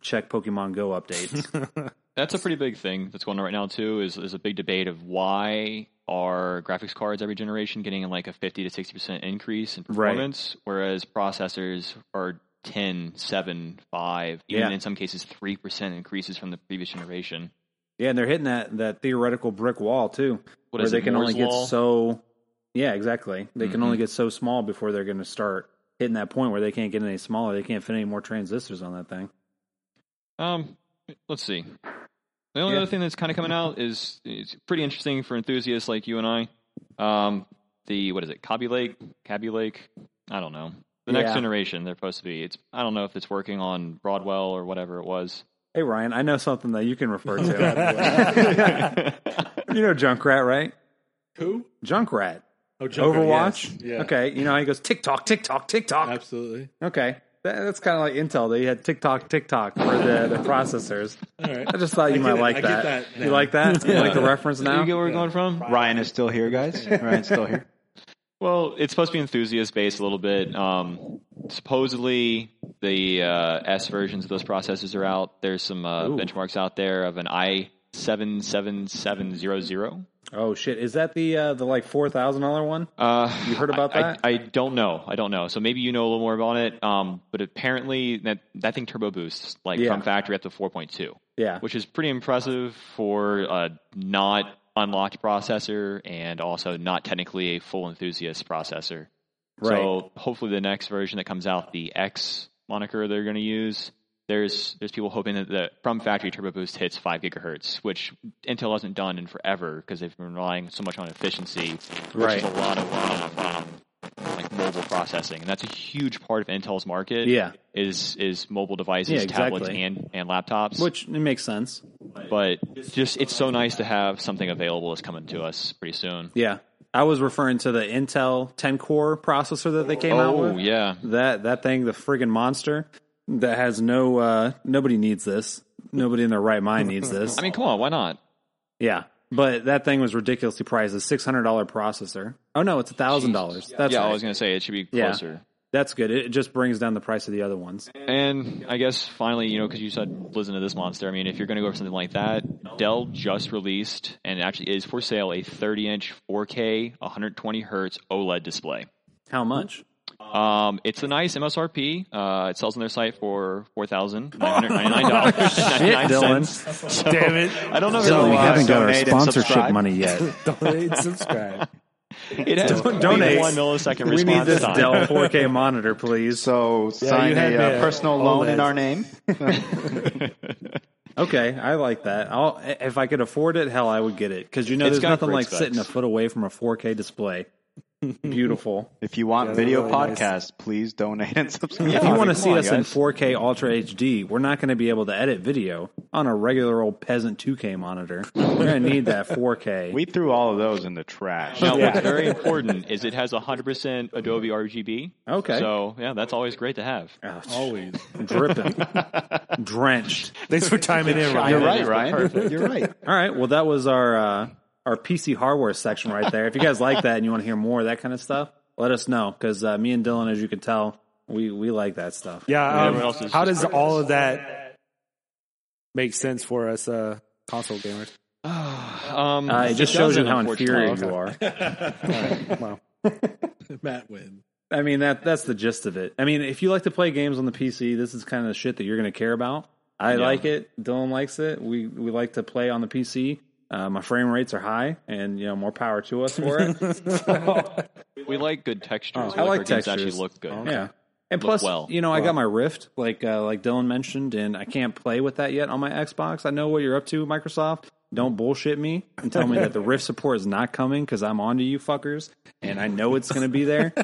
S1: check Pokemon Go updates.
S4: That's a pretty big thing that's going on right now too. Is is a big debate of why are graphics cards every generation getting like a fifty to sixty percent increase in
S1: Right.
S4: performance, whereas processors are 10, 7, 5, even
S1: Yeah.
S4: in some cases three percent increases from the previous generation.
S1: yeah, and they're hitting that that theoretical brick wall too.
S4: What
S1: where
S4: is
S1: they
S4: it,
S1: can
S4: Moore's
S1: only get
S4: Law? Mm-hmm.
S1: so yeah exactly they can only get so small before they're going to start hitting that point where they can't get any smaller they can't fit any more transistors on that thing
S4: Um, let's see. The only other thing that's kind of coming out is it's pretty interesting for enthusiasts like you and I. Um, the what is it? Cobby Lake, Cabby Lake. I don't know. The next
S1: Yeah.
S4: generation they're supposed to be. It's I don't know if it's working on Broadwell or whatever it was.
S1: hey ryan i know something that you can refer to you know junkrat right
S5: Who?
S1: junkrat
S5: Oh, Joker,
S1: overwatch
S5: yes. Yeah.
S1: okay you know how he goes tick tock tick tock tick tock
S5: Absolutely.
S1: okay That- that's kind of like intel they had tick tock tick tock for the, the processors
S5: All right.
S1: i just thought you
S5: get
S1: might
S5: it.
S1: like
S5: I get
S1: that,
S5: that
S1: you
S5: now.
S1: like that you like the reference now
S4: you get where we're going from?
S2: Ryan is still here, guys. Ryan's still here.
S4: Well, it's supposed to be enthusiast based a little bit. Um, supposedly, the uh, S versions of those processors are out. There's some uh,
S1: Ooh.
S4: benchmarks out there of an i seven seven seven zero zero.
S1: oh shit is that the uh the like four thousand dollar one
S4: Uh,
S1: You heard about
S4: I, I-
S1: that?
S4: I, don't know. I don't know. So maybe you know a little more about it. Um, but apparently that that thing turbo boosts like
S1: Yeah.
S4: from factory up to 4.2,
S1: yeah
S4: which is pretty impressive for a not unlocked processor and also not technically a full enthusiast processor. So hopefully the next version that comes out, the X moniker they're going to use, there's there's people hoping that the from factory turbo boost hits five gigahertz, which Intel hasn't done in forever because they've been relying so much on efficiency, which
S1: Right.
S4: is a lot of um, like mobile processing, and that's a huge part of Intel's market.
S1: Yeah.
S4: is is mobile devices,
S1: Yeah,
S4: tablets,
S1: exactly.
S4: and and laptops.
S1: Which it makes sense.
S4: but just it's so nice to have something available that's coming to us pretty soon.
S1: Yeah. I was referring to the Intel 10 core processor that they came out
S4: Oh
S1: with.
S4: yeah,
S1: That that thing, the friggin' monster that has no uh nobody needs this. Nobody in their right mind needs this.
S4: I mean come on, why not?
S1: yeah. But that thing was ridiculously priced. A six hundred dollar processor. Oh no, it's a thousand dollars. That's
S4: yeah,
S1: right.
S4: I was going to say it should be
S1: Yeah.
S4: closer.
S1: that's good. It just brings down the price of the other ones.
S4: And I guess finally, you know, because you said listen to this monster. I mean, if you're going to go for something like that, Dell just released and actually is for sale a 30 inch 4K 120 hertz OLED display.
S1: How much?
S4: Um, it's a nice MSRP. Uh, it sells on their site for four thousand nine hundred ninety nine uh, dollars.
S3: Damn it.
S4: I don't know. if
S2: So
S4: it'll
S2: we
S4: last.
S2: haven't got our donate and sponsorship subscribe.
S1: money yet.
S3: Donate, subscribe.
S4: It has
S1: donate.
S4: one millisecond
S1: we
S4: response
S1: need this
S4: time.
S1: Dell 4K monitor, please.
S2: So sign
S3: you had
S2: a
S3: me
S2: uh,
S3: at
S2: personal
S3: all
S2: loan
S3: that.
S2: in our name.
S1: Okay, I like that. I'll if I could afford it, hell, I would get it because you know
S4: It's
S1: there's
S4: got
S1: nothing
S4: great
S1: like
S4: specs.
S1: sitting a foot away from a 4K display. Beautiful.
S2: If you want
S3: Yeah, they're
S2: video
S3: really
S2: podcast,
S3: nice.
S2: please donate and subscribe.
S1: if you want to
S4: come
S1: see
S4: on,
S1: us in
S4: guys.
S1: 4K Ultra HD, we're not going to be able to edit video on a regular old peasant 2K monitor. We're going to need that 4K.
S2: we threw all of those in the trash.
S4: Now, what's very important is it has 100% Adobe RGB.
S1: Okay. Uh,
S4: So, yeah, that's always great to have.
S1: Ouch.
S5: Always.
S1: dripping, drenched.
S3: Thanks for timing in, Ryan.
S2: You're right, Ryan. You're right.
S1: All right. Well, that was our uh, our PC hardware section right there. If you guys like that and you want to hear more of that kind of stuff, let us know because uh, me and Dylan, as you can tell, we we like that stuff.
S3: Yeah.
S4: Everyone else
S3: Um,
S4: is
S3: how
S4: just-
S3: does all of that make sense for us uh, console gamers?
S4: Um,
S1: Uh, it just shows you
S4: doesn't,
S1: how inferior
S4: unfortunately.
S1: you are.
S3: Wow.
S5: Matt win.
S1: I mean that that's the gist of it. I mean, if you like to play games on the PC, this is kind of the shit that you're going to care about. I like it. Dylan likes it. We we like to play on the PC. Uh, my frame rates are high, and you know more power to us for it.
S4: We like good textures.
S1: I
S4: I
S1: like
S4: like our games actually
S1: textures.
S4: look good.
S1: Yeah. And
S4: Look
S1: plus,
S4: well.
S1: you know, I got my Rift, like uh, like Dylan mentioned, and I can't play with that yet on my Xbox. I know what you're up to, Microsoft. Don't bullshit me and tell me that the Rift support is not coming because I'm onto you fuckers and I know it's going to be there.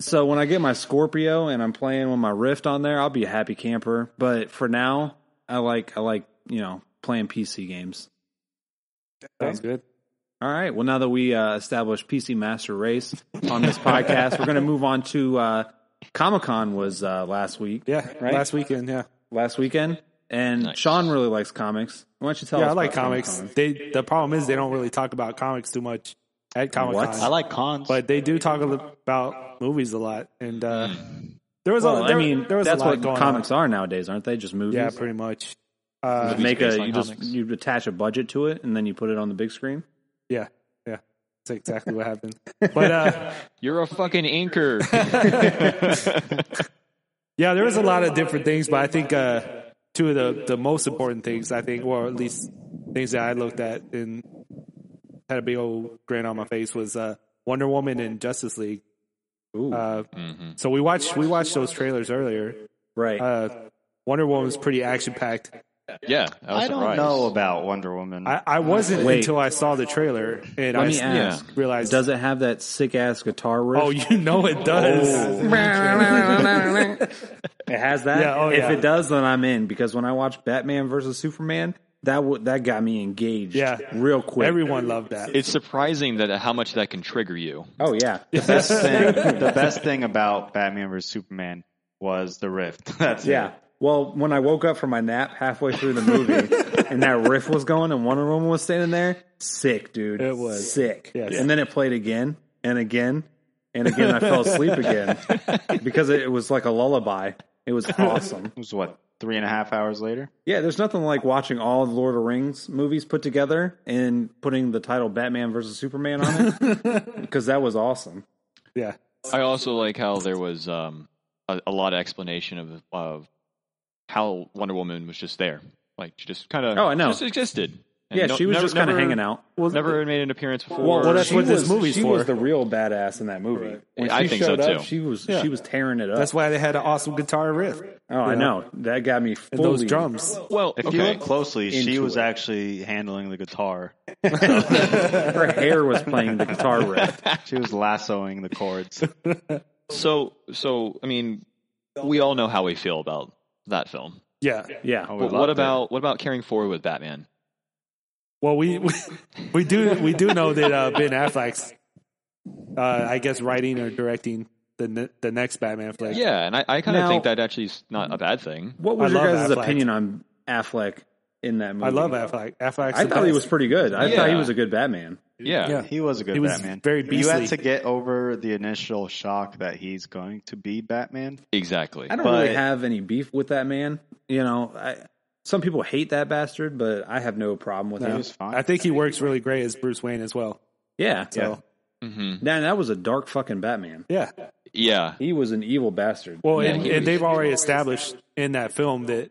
S1: so when I get my Scorpio and I'm playing with my Rift on there, I'll be a happy camper. But for now, I like I like you know playing PC games.
S3: Sounds good.
S1: All right. Well, now that we uh, established PC Master Race on this podcast, we're going to move on to uh, Comic Con was uh, last week,
S3: Yeah,
S1: Right?
S3: last weekend. Yeah,
S1: last weekend, and
S4: Nice.
S1: Sean really likes comics. Why don't you tell
S3: yeah.
S1: us?
S3: I like
S1: about
S3: comics.
S1: Comic-Con?
S3: They the problem is they don't really talk about comics too much at Comic
S1: What?
S3: Con.
S2: I like cons.
S3: but they do talk a li- about movies a lot, and uh, there was
S1: Hmm. Well,
S3: a, there,
S1: I mean,
S3: there was
S1: that's
S3: a lot
S1: what
S3: going
S1: comics
S3: on.
S1: are nowadays, aren't they? Just movies.
S3: Yeah, pretty much. Uh,
S1: You make a
S4: Based on
S1: you just
S4: comics.
S1: you attach a budget to it, and then you put it on the big screen.
S3: yeah, yeah. That's exactly what happened. But uh,
S4: You're a fucking inker.
S3: yeah, there was a lot of different things, but I think uh, two of the the most important things I think, or at least things that I looked at and had a big old grin on my face was uh, Wonder Woman and Justice League.
S1: Ooh,
S3: Uh,
S1: Mm-hmm.
S4: hmm
S3: so we watched we watched those trailers earlier.
S1: right.
S3: Uh, Wonder Woman was pretty action packed.
S4: Yeah, I was
S2: I don't
S4: surprised.
S2: know about Wonder Woman.
S3: I, I wasn't
S1: Wait.
S3: until I saw the trailer
S1: Let
S3: and I
S1: me
S3: s-
S1: ask.
S3: realized.
S1: Does it have that sick ass guitar riff?
S3: oh, you know it does.
S1: Oh, It has that.
S3: Yeah, oh,
S1: if
S3: yeah.
S1: it does, then I'm in because when I watched Batman versus Superman, that w- that got me engaged.
S3: Yeah.
S1: real quick.
S3: Everyone loved that.
S4: It's surprising that how much that can trigger you.
S1: oh yeah,
S2: the best thing, the best thing about Batman vs Superman was the rift. That's it.
S1: yeah. Well, when I woke up from my nap halfway through the movie, and that riff was going, and Wonder Woman was standing there, sick, dude.
S3: It was.
S1: sick.
S3: Yes.
S1: And then it played again and again and again. I fell asleep again because it, it was like a lullaby. It was awesome.
S2: It was what three and a half hours later.
S1: Yeah, there's nothing like watching all the Lord of the Rings movies put together and putting the title Batman versus Superman on it because that was awesome.
S3: yeah.
S4: I also like how there was um, a, a lot of explanation of of how Wonder Woman was just there, like she just kind of
S1: Oh, I know.
S4: just existed. And
S1: Yeah,
S4: no-
S1: she was
S4: never-
S1: just kind of
S4: never-
S1: hanging out.
S4: Never made an appearance before.
S3: well, that's
S1: she
S3: what this
S1: was-
S3: movie's
S1: she
S3: for.
S1: was the real badass in that movie. When
S4: I
S1: she
S4: think so,
S1: showed up,
S4: too.
S1: she was she was tearing it up.
S3: That's why they had an awesome guitar riff.
S1: oh, I know that got me fully.
S3: And those drums.
S4: well,
S2: If you
S4: okay.
S2: look closely, she
S1: Into
S2: was
S1: it.
S2: actually handling the guitar.
S1: Her hair was playing the guitar riff.
S2: She was lassoing the chords.
S4: so so I mean, we all know how we feel about that film.
S3: Yeah.
S1: Yeah,
S2: Oh, we
S4: But
S2: loved
S4: what
S2: it.
S4: about what about carrying forward with Batman?
S3: Well, we, we we do we do know that uh, Ben Affleck's, uh, I guess, writing or directing the ne- the next Batman flick.
S4: Yeah, and I, I kind of
S1: Now-
S4: think that actually is not a bad thing.
S1: what was
S3: I
S1: your
S3: love
S1: guys'
S3: Affleck.
S1: opinion on Affleck in that movie?
S3: I love Affleck. Affleck.
S1: I thought he was pretty good. I thought he
S4: Yeah.
S1: was a good Batman.
S4: Yeah,
S3: Yeah.
S2: He was a good
S3: He was
S2: Batman.
S3: very
S2: You had
S3: beastly.
S2: to get over the initial shock that he's going to be Batman.
S4: exactly.
S1: I don't
S2: But-
S1: really have any beef with that man. You know, I, some people hate that bastard, but I have no problem with
S2: He
S1: him.
S2: was fine.
S3: I think he works really great as Bruce Wayne as well.
S1: Yeah.
S3: So
S1: So,
S4: hmm
S1: man, that was a dark fucking Batman.
S3: yeah.
S4: Yeah,
S1: He was an evil bastard.
S3: Well,
S4: Yeah,
S3: and,
S4: he
S3: and
S4: was-
S3: they've already established in that film that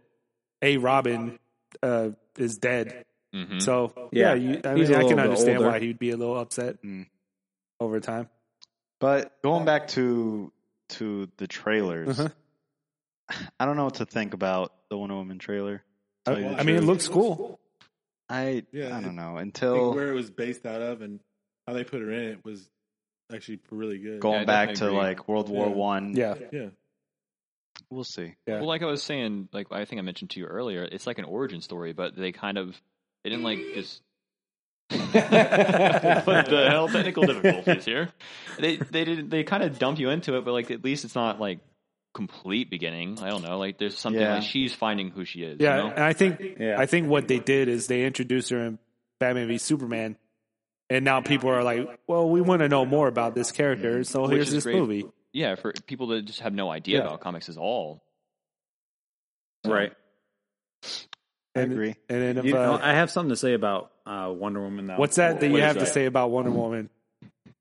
S3: a Robin uh, is dead.
S4: hmm
S3: So
S1: Yeah.
S3: yeah, you, I
S1: He's
S3: mean,
S1: a
S3: I
S1: little
S3: can
S1: bit
S3: understand
S1: older.
S3: why he'd be a little upset
S2: Mm.
S3: over time.
S2: But going back to to the trailers,
S3: Uh-huh.
S2: I don't know what to think about the Wonder Woman trailer.
S3: I,
S2: Tell you the
S3: I mean, it
S2: truth.
S3: looks cool.
S2: I
S5: Yeah,
S2: I
S5: it-
S2: don't know
S5: Like,
S2: until
S5: where it was based out of and how they put her in it was actually really good.
S2: going
S4: Yeah, I
S2: back to
S4: definitely agree.
S2: like World War
S5: Yeah.
S2: One.
S3: Yeah,
S5: Yeah.
S2: we'll see.
S3: yeah.
S4: Well, like I was saying, like I think I mentioned to you earlier, it's like an origin story, but they kind of they didn't like just what the uh, hell technical difficulties here. They they didn't they kind of dump you into it, but like at least it's not like complete beginning. I don't know, like there's something
S2: Yeah.
S4: like she's finding who she is.
S3: Yeah,
S4: you know?
S3: and I think
S1: Yeah.
S3: I think what they did is they introduced her in Batman v Superman, and now people are like, "Well, we want to know more about this character, so
S4: Mm-hmm. Which
S3: here's
S4: is
S3: this
S4: great.
S3: movie."
S4: yeah, for people that just have no idea
S3: Yeah.
S4: about comics at all.
S1: Right.
S2: I
S3: And-
S2: agree.
S3: And then if,
S1: You know,
S3: uh,
S1: I have something to say about uh, Wonder Woman, though.
S3: what's that that you
S4: What is
S3: have to
S4: that?
S3: say about Wonder Woman?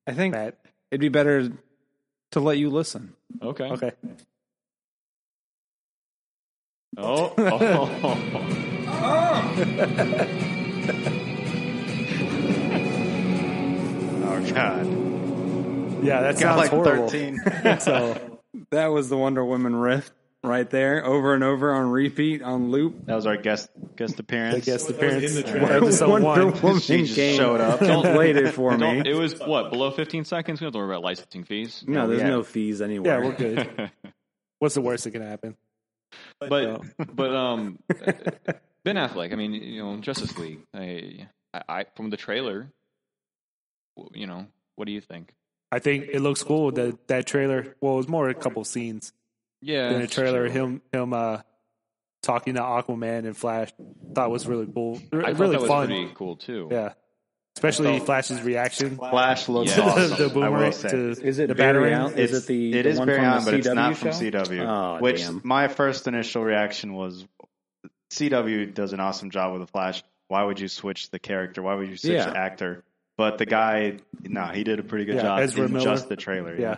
S1: I think
S3: Matt?
S1: it'd be better to let you listen.
S4: Okay.
S3: Okay,
S4: Oh. oh.
S2: Oh God,
S3: yeah, that
S2: got
S3: sounds
S2: like
S3: horrible.
S2: thirteen.
S3: So
S1: That was the Wonder Woman riff. right there, over and over on repeat, on loop.
S2: That was our guest guest appearance.
S3: I guess the
S5: That was in
S3: parents
S5: the trailer.
S3: episode
S1: Wonder
S3: one.
S1: Woman
S2: She just
S1: came
S2: showed up.
S1: and played it for me.
S4: It was what below 15 seconds. We don't have to worry about licensing fees.
S1: No, there's
S2: Yeah.
S1: no fees anywhere.
S3: Yeah, we're good. What's the worst that can happen?
S4: but but um, Ben Affleck. I mean, you know, Justice League. I, I, I from the trailer. w- You know, what do you think?
S3: I think it looks cool that that trailer. Well, it was more a couple scenes
S4: Yeah,
S3: than a trailer. Him him uh, talking to Aquaman and Flash. Thought was really cool.
S4: I thought
S3: really
S4: that was
S3: fun.
S4: pretty cool too.
S3: Yeah, especially Flash's reaction.
S2: Flash looks
S4: Yeah.
S2: awesome.
S3: the
S2: I will
S3: boomerang
S2: say.
S3: to
S1: Is it
S3: the
S1: battery
S3: battery
S1: out? Is it the,
S2: it
S1: the
S2: is
S1: one
S2: very
S1: from
S2: on,
S1: the
S2: but it's
S1: CW
S2: not from
S1: show?
S2: CW.
S1: Oh,
S2: which
S1: damn.
S2: my first initial reaction was, CW does an awesome job with the Flash. Why would you switch the character? Why would you switch
S1: Yeah.
S2: the actor? But the guy, no, he did a pretty good
S3: Yeah,
S2: job
S3: Ezra
S2: in
S3: Miller.
S2: just the trailer.
S3: Yeah,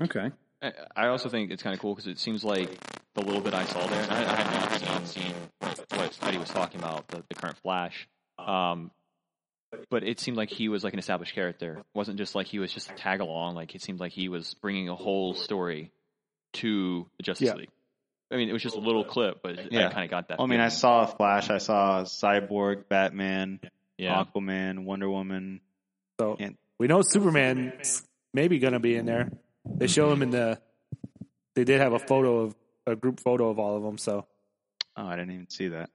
S1: Okay.
S4: I, I also think it's kind of cool because it seems like the little bit I saw there, and I, I have not seen, seen what, what Spidey was talking about the, the current Flash. Um, but it seemed like he was like an established character. It wasn't just like he was just a tag along. Like it seemed like he was bringing a whole story to the Justice
S3: Yeah.
S4: League. I mean, it was just a little clip, but I
S2: Yeah.
S4: kind of got that.
S2: I mean, I
S4: feeling.
S2: saw Flash, I saw Cyborg, Batman,
S4: yeah,
S2: Aquaman, Wonder Woman.
S3: so
S2: And-
S3: we know Superman's maybe gonna be in there. They show him in the. They did have a photo of a group photo of all of them. So
S2: Oh, I didn't even see that.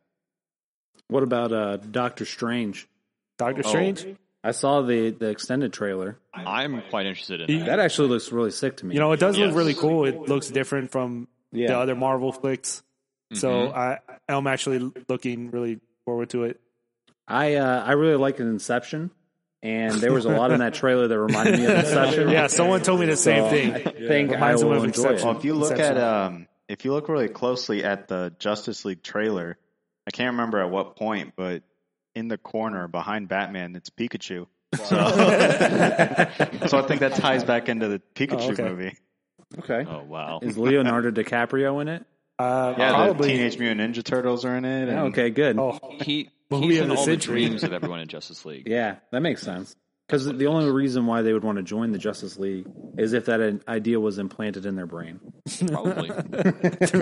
S1: What about uh, Doctor Strange?
S4: Oh.
S3: Doctor Strange.
S1: I saw the, the extended trailer.
S4: I'm quite interested in that.
S1: That actually looks really sick to me.
S3: You know, it does
S4: Yes.
S3: look really cool. It looks different from
S1: yeah.
S3: the other Marvel flicks.
S4: Mm-hmm.
S3: So I, I'm actually looking really forward to it.
S1: I uh, I really liked Inception, and there was a lot in that trailer that reminded me of Inception.
S3: Yeah, someone told me the same
S1: So
S3: thing.
S1: I think I
S3: Reminds me
S1: will
S3: of
S1: enjoy
S3: Inception.
S2: Well,
S1: it.
S2: if you look
S3: Inception.
S2: at um, if you look really closely at the Justice League trailer, I can't remember at what point, but in the corner behind Batman, it's Pikachu. So, so I think that ties back into the Pikachu
S3: Oh, okay.
S2: movie.
S1: Okay.
S4: Oh wow,
S1: Is Leonardo DiCaprio in it?
S3: Uh,
S2: Yeah,
S3: probably.
S2: the Teenage Mutant Ninja Turtles are in it. And
S1: Okay, good.
S3: oh,
S4: he
S3: Movie
S4: he's
S3: of
S4: in
S3: the
S4: all the
S3: century.
S4: dreams of everyone in Justice League.
S1: Yeah, that makes sense. Because the only reason why they would want to join the Justice League is if that an- idea was implanted in their brain
S4: Probably.
S3: through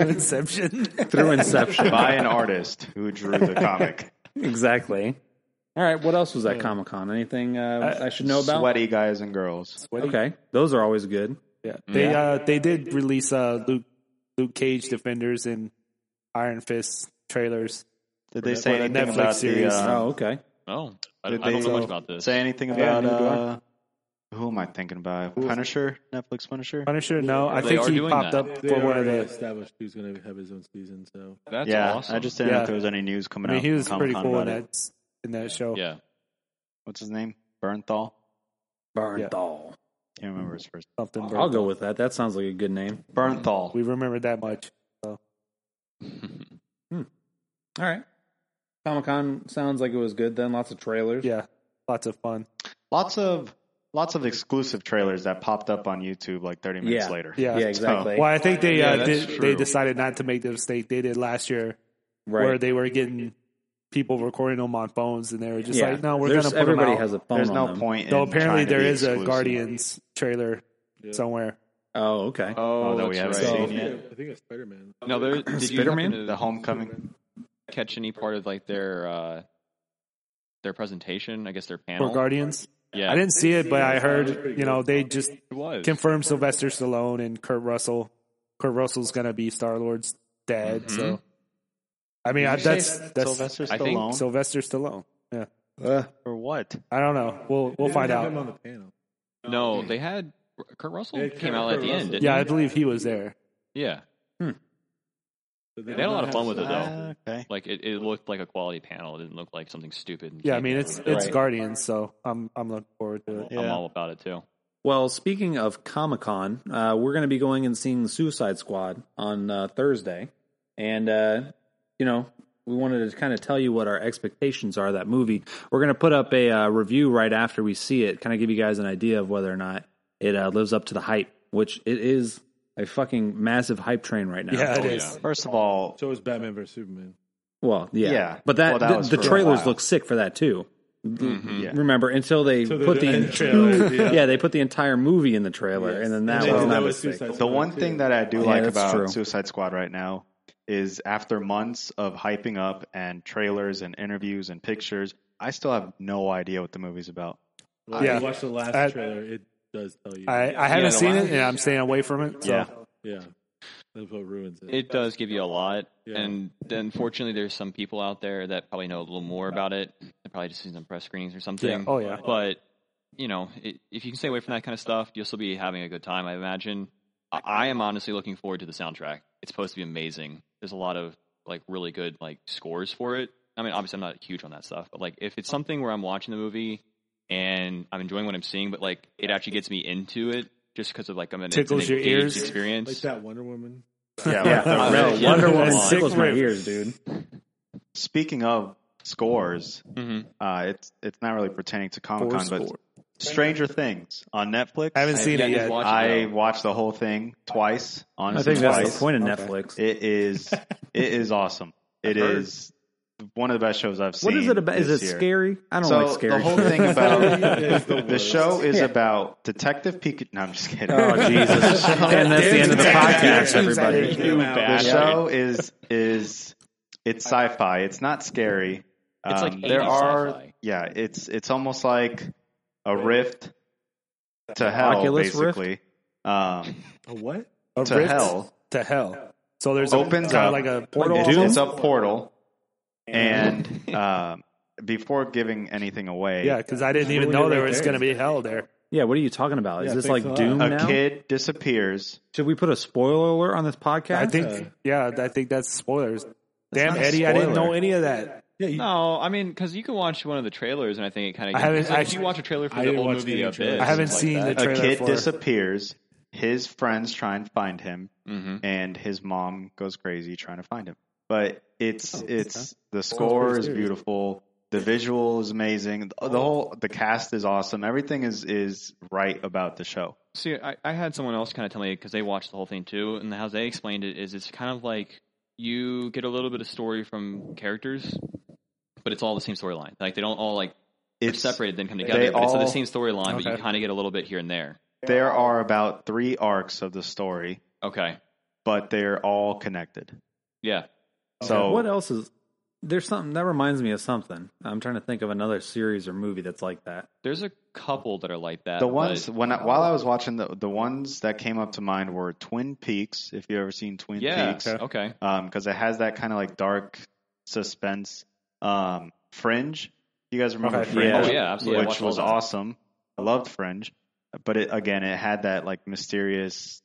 S3: Inception.
S1: through Inception.
S2: by an artist who drew the comic.
S1: exactly. All right. What else was at Comic Con? Anything uh, I should know about?
S2: Sweaty guys and girls.
S1: Okay, those are always good.
S3: yeah. They uh, they did release uh, Luke Luke Cage Defenders and Iron Fist trailers.
S2: Did they
S3: For
S2: say
S3: the
S2: anything
S3: Netflix
S2: about
S3: series.
S2: the?
S1: Oh,
S2: Um,
S1: okay.
S4: Oh, I, I
S2: Did
S4: don't
S2: they-
S4: know much Oh. about this.
S2: Say anything
S1: Yeah,
S2: about?
S1: neither do I.
S2: uh, who am I thinking about? Punisher, Netflix Punisher.
S3: Punisher? No, I
S4: They
S3: think
S4: are
S3: he
S4: doing
S3: popped
S4: that.
S3: up
S5: They uh,
S3: for one of
S5: already
S3: the.
S5: established who's going to have his own season. So
S4: That's
S2: yeah,
S4: awesome.
S2: I just didn't know
S3: Yeah.
S2: if there was any news coming
S3: I mean,
S2: out.
S3: he
S2: from
S3: was pretty
S2: Comic-Con
S3: cool in
S2: about it.
S3: that in that show.
S4: yeah.
S2: What's his name? Bernthal.
S1: Bernthal.
S2: Can't remember his first.
S3: Something.
S1: I'll go with that. That sounds like a good name.
S2: Bernthal.
S3: We remembered that much.
S1: All right. Comic Con sounds like it was good then. Lots of trailers.
S3: Yeah, lots of fun.
S2: Lots of lots of exclusive trailers that popped up on YouTube like 30 minutes
S1: Yeah.
S2: later.
S3: Yeah.
S1: Yeah, exactly.
S3: Well, I think they
S4: Yeah,
S3: uh,
S4: that's
S3: did,
S4: true.
S3: they decided not to make the mistake they did last year,
S1: right.
S3: where they were getting people recording them on phones, and they were just
S1: yeah.
S3: like, "No, we're
S1: There's-
S3: going to put
S1: Everybody
S3: them out."
S1: has a phone.
S2: There's
S1: on
S2: no
S1: them.
S2: point.
S3: so
S2: in trying
S3: apparently,
S2: to
S3: there
S2: be
S3: is
S2: exclusive.
S3: a Guardians trailer
S5: Yeah.
S3: somewhere.
S1: Oh, okay.
S4: Oh,
S2: that we
S4: that's
S2: haven't
S4: right.
S2: seen yet.
S5: I think it's Spider Man.
S4: No, there, did you
S1: Spider-Man?
S4: happen to
S2: The Homecoming.
S4: catch any part of like their uh, their presentation? I guess their
S3: For
S4: panel.
S3: Guardians,
S4: yeah,
S3: I didn't see it, but I heard you know they just
S4: It was.
S3: confirmed Sylvester Stallone and Kurt Russell. Kurt Russell's going to be Star Lord's dad. So, I mean, I, that's that's
S2: Sylvester
S4: I think
S2: Stallone
S3: Sylvester Stallone. Yeah,
S2: or what?
S3: I don't know. We'll we'll find
S5: Him
S3: out.
S5: on the panel.
S4: no, they had Kurt Russell
S5: They had
S4: came
S5: Kurt-
S4: out at
S5: Kurt
S4: the end.
S5: Russell.
S4: Didn't
S3: Yeah, I believe he was there.
S4: He? Yeah.
S5: But
S4: They had a lot of fun with it
S2: Ah,
S4: though.
S2: okay.
S4: Like it, it looked like a quality panel. It didn't look like something stupid. and
S3: Yeah, I
S4: came
S3: mean
S4: out.
S3: it's it's
S1: Right.
S3: Guardians, so I'm I'm looking forward to it.
S4: I'm
S2: Yeah.
S4: all about it too.
S1: Well, speaking of Comic Con, uh, we're going to be going and seeing Suicide Squad on uh, Thursday, and uh, you know we wanted to kind of tell you what our expectations are of that movie. We're going to put up a uh, review right after we see it, kind of give you guys an idea of whether or not it uh, lives up to the hype, which it is a fucking massive hype train right now.
S3: Yeah, it
S4: yeah.
S3: is.
S2: First of all,
S5: So is Batman versus Superman.
S1: Well, yeah,
S2: Yeah.
S1: but that,
S2: Well, that
S1: th-
S2: was
S1: the
S2: for a
S1: trailers
S2: while.
S1: look sick for that too.
S2: Yeah.
S1: Remember until they
S5: So
S1: put the,
S5: end
S1: trailer.
S5: trailer,
S1: Yeah.
S5: yeah.
S1: they put the entire movie in the trailer,
S5: Yes.
S1: and then that
S5: And
S1: was
S5: then
S1: not
S5: that
S1: a
S5: was
S1: mistake.
S5: Suicide
S2: The one
S5: too.
S2: thing that I do
S1: Yeah,
S2: like
S1: that's
S2: about
S1: true.
S2: Suicide Squad right now is after months of hyping up and trailers and interviews and pictures, I still have no idea what the movie's about.
S5: Well,
S3: Yeah.
S5: If you watch the last
S3: I-
S5: trailer, it does tell you.
S3: I, I
S4: Yeah,
S3: haven't seen
S4: wow.
S3: it, and I'm staying away from it. So
S2: Yeah.
S5: yeah, that's what ruins it.
S4: It does give you a lot,
S5: Yeah.
S4: and unfortunately, there's some people out there that probably know a little more about it. They probably just seen some press screenings or something.
S3: Yeah. Oh, yeah.
S4: But you know, it, if you can stay away from that kind of stuff, you'll still be having a good time. I imagine. I, I am honestly looking forward to the soundtrack. It's supposed to be amazing. There's a lot of like really good like scores for it. I mean, obviously, I'm not huge on that stuff, but like if it's something where I'm watching the movie and I'm enjoying what I'm seeing, but like it actually gets me into it just because of like I'm an, it's an
S3: Tickles your
S4: engaged
S3: ears.
S4: experience.
S5: Like that Wonder Woman.
S2: Yeah.
S3: Yeah.
S2: with the
S4: Uh,
S2: red-
S1: No,
S4: Yeah.
S1: Wonder Woman
S4: Sick
S1: tickles my
S3: riff.
S1: ears, dude.
S2: Speaking of scores,
S4: Mhm.
S2: uh, it's it's not really pertaining to Comic Con, but Stranger Things on Netflix.
S3: I haven't seen
S4: yeah,
S3: it
S4: just
S3: yet.
S4: watch-
S2: I watched the whole thing twice.
S1: I
S2: Honestly,
S1: think that's
S2: twice.
S1: the point of
S3: Okay.
S1: Netflix.
S2: It is it is awesome. It
S5: heard.
S2: is one of the best shows I've seen.
S1: What is it about? Is
S2: this
S1: it
S2: year.
S1: scary? I don't
S2: so
S1: like scary.
S2: the whole thing
S5: It is
S2: about
S5: the
S2: the
S5: worst.
S2: show is
S1: Yeah.
S2: about Detective Pikachu. No, I'm just kidding.
S1: oh Jesus! and that's the end of the podcast, everybody.
S5: You
S2: the
S5: bad.
S2: show is is it's sci-fi. It's not scary.
S4: It's like
S2: Um, there
S4: 80s
S2: are
S4: sci-fi.
S2: yeah. It's it's almost like a rift to hell,
S1: Oculus Rift?
S2: basically. Um,
S5: A what?
S3: A
S2: to
S3: rift
S2: hell.
S3: To hell. So there's
S2: Opens
S3: a, kinda
S2: up.
S3: like a portal.
S2: It's,
S1: Doom?
S2: it's a portal, and um, before giving anything away,
S3: Yeah, because I didn't even
S5: Ruined
S3: know
S5: it
S3: there
S5: right
S3: was
S5: there.
S3: going to be hell there.
S1: Yeah, what are you talking about? Is
S5: Yeah,
S1: this like
S5: thanks a lot.
S1: Doom
S2: a
S1: now?
S2: kid disappears.
S1: Should we put a spoiler alert on this podcast?
S3: I think,
S5: Uh,
S3: yeah, I think that's spoilers. Damn,
S2: not a
S3: Eddie, I didn't
S2: spoiler.
S3: know any of that.
S5: Yeah, you,
S4: No, I mean, because you can watch one of the trailers, and I think it kind of.
S3: I haven't-
S4: Like, if you
S3: I-
S4: watch a trailer for
S5: I
S4: the
S5: didn't
S4: old
S5: watch
S4: movie,
S5: any
S4: Abyss,
S5: trailers.
S3: I haven't
S4: like
S3: seen
S4: that.
S3: the
S2: A
S3: trailer
S2: kid
S3: for-
S2: disappears. His friends try and find him.
S4: Mhm.
S2: and his mom goes crazy trying to find him. But it's
S3: Oh,
S2: it's the score
S3: pretty
S2: is
S3: serious.
S2: beautiful, the visual is amazing, the the whole the cast is awesome. Everything is is right about the show.
S4: See, I, I had someone else kind of tell me because they watched the whole thing too, and how they explained it is it's kind of like you get a little bit of story from characters, but it's all the same storyline. Like they don't all like they're
S2: It's
S4: separated then come together,
S2: they
S4: but it's
S2: all-
S4: the same storyline, but you
S3: Okay.
S4: kind of get a little bit here and there.
S2: there are about three arcs of the story,
S4: Okay,
S2: but they're all connected.
S4: yeah,
S2: So
S1: Oh. What else is there's something that reminds me of something. I'm trying to think of another series or movie that's like that.
S4: there's a couple that are like that.
S2: the
S4: but-
S2: ones when I, while I was watching the the ones that came up to mind were Twin Peaks. If you have ever seen Twin
S4: yeah,
S2: Peaks,
S4: okay,
S2: because um, it has that kind of like dark suspense. Um, Fringe, you guys remember
S3: Okay.
S2: Fringe?
S1: Yeah.
S4: Oh, yeah, absolutely. I
S2: Which
S4: watched all
S2: was
S4: that.
S2: awesome. I loved Fringe, but it again it had that like mysterious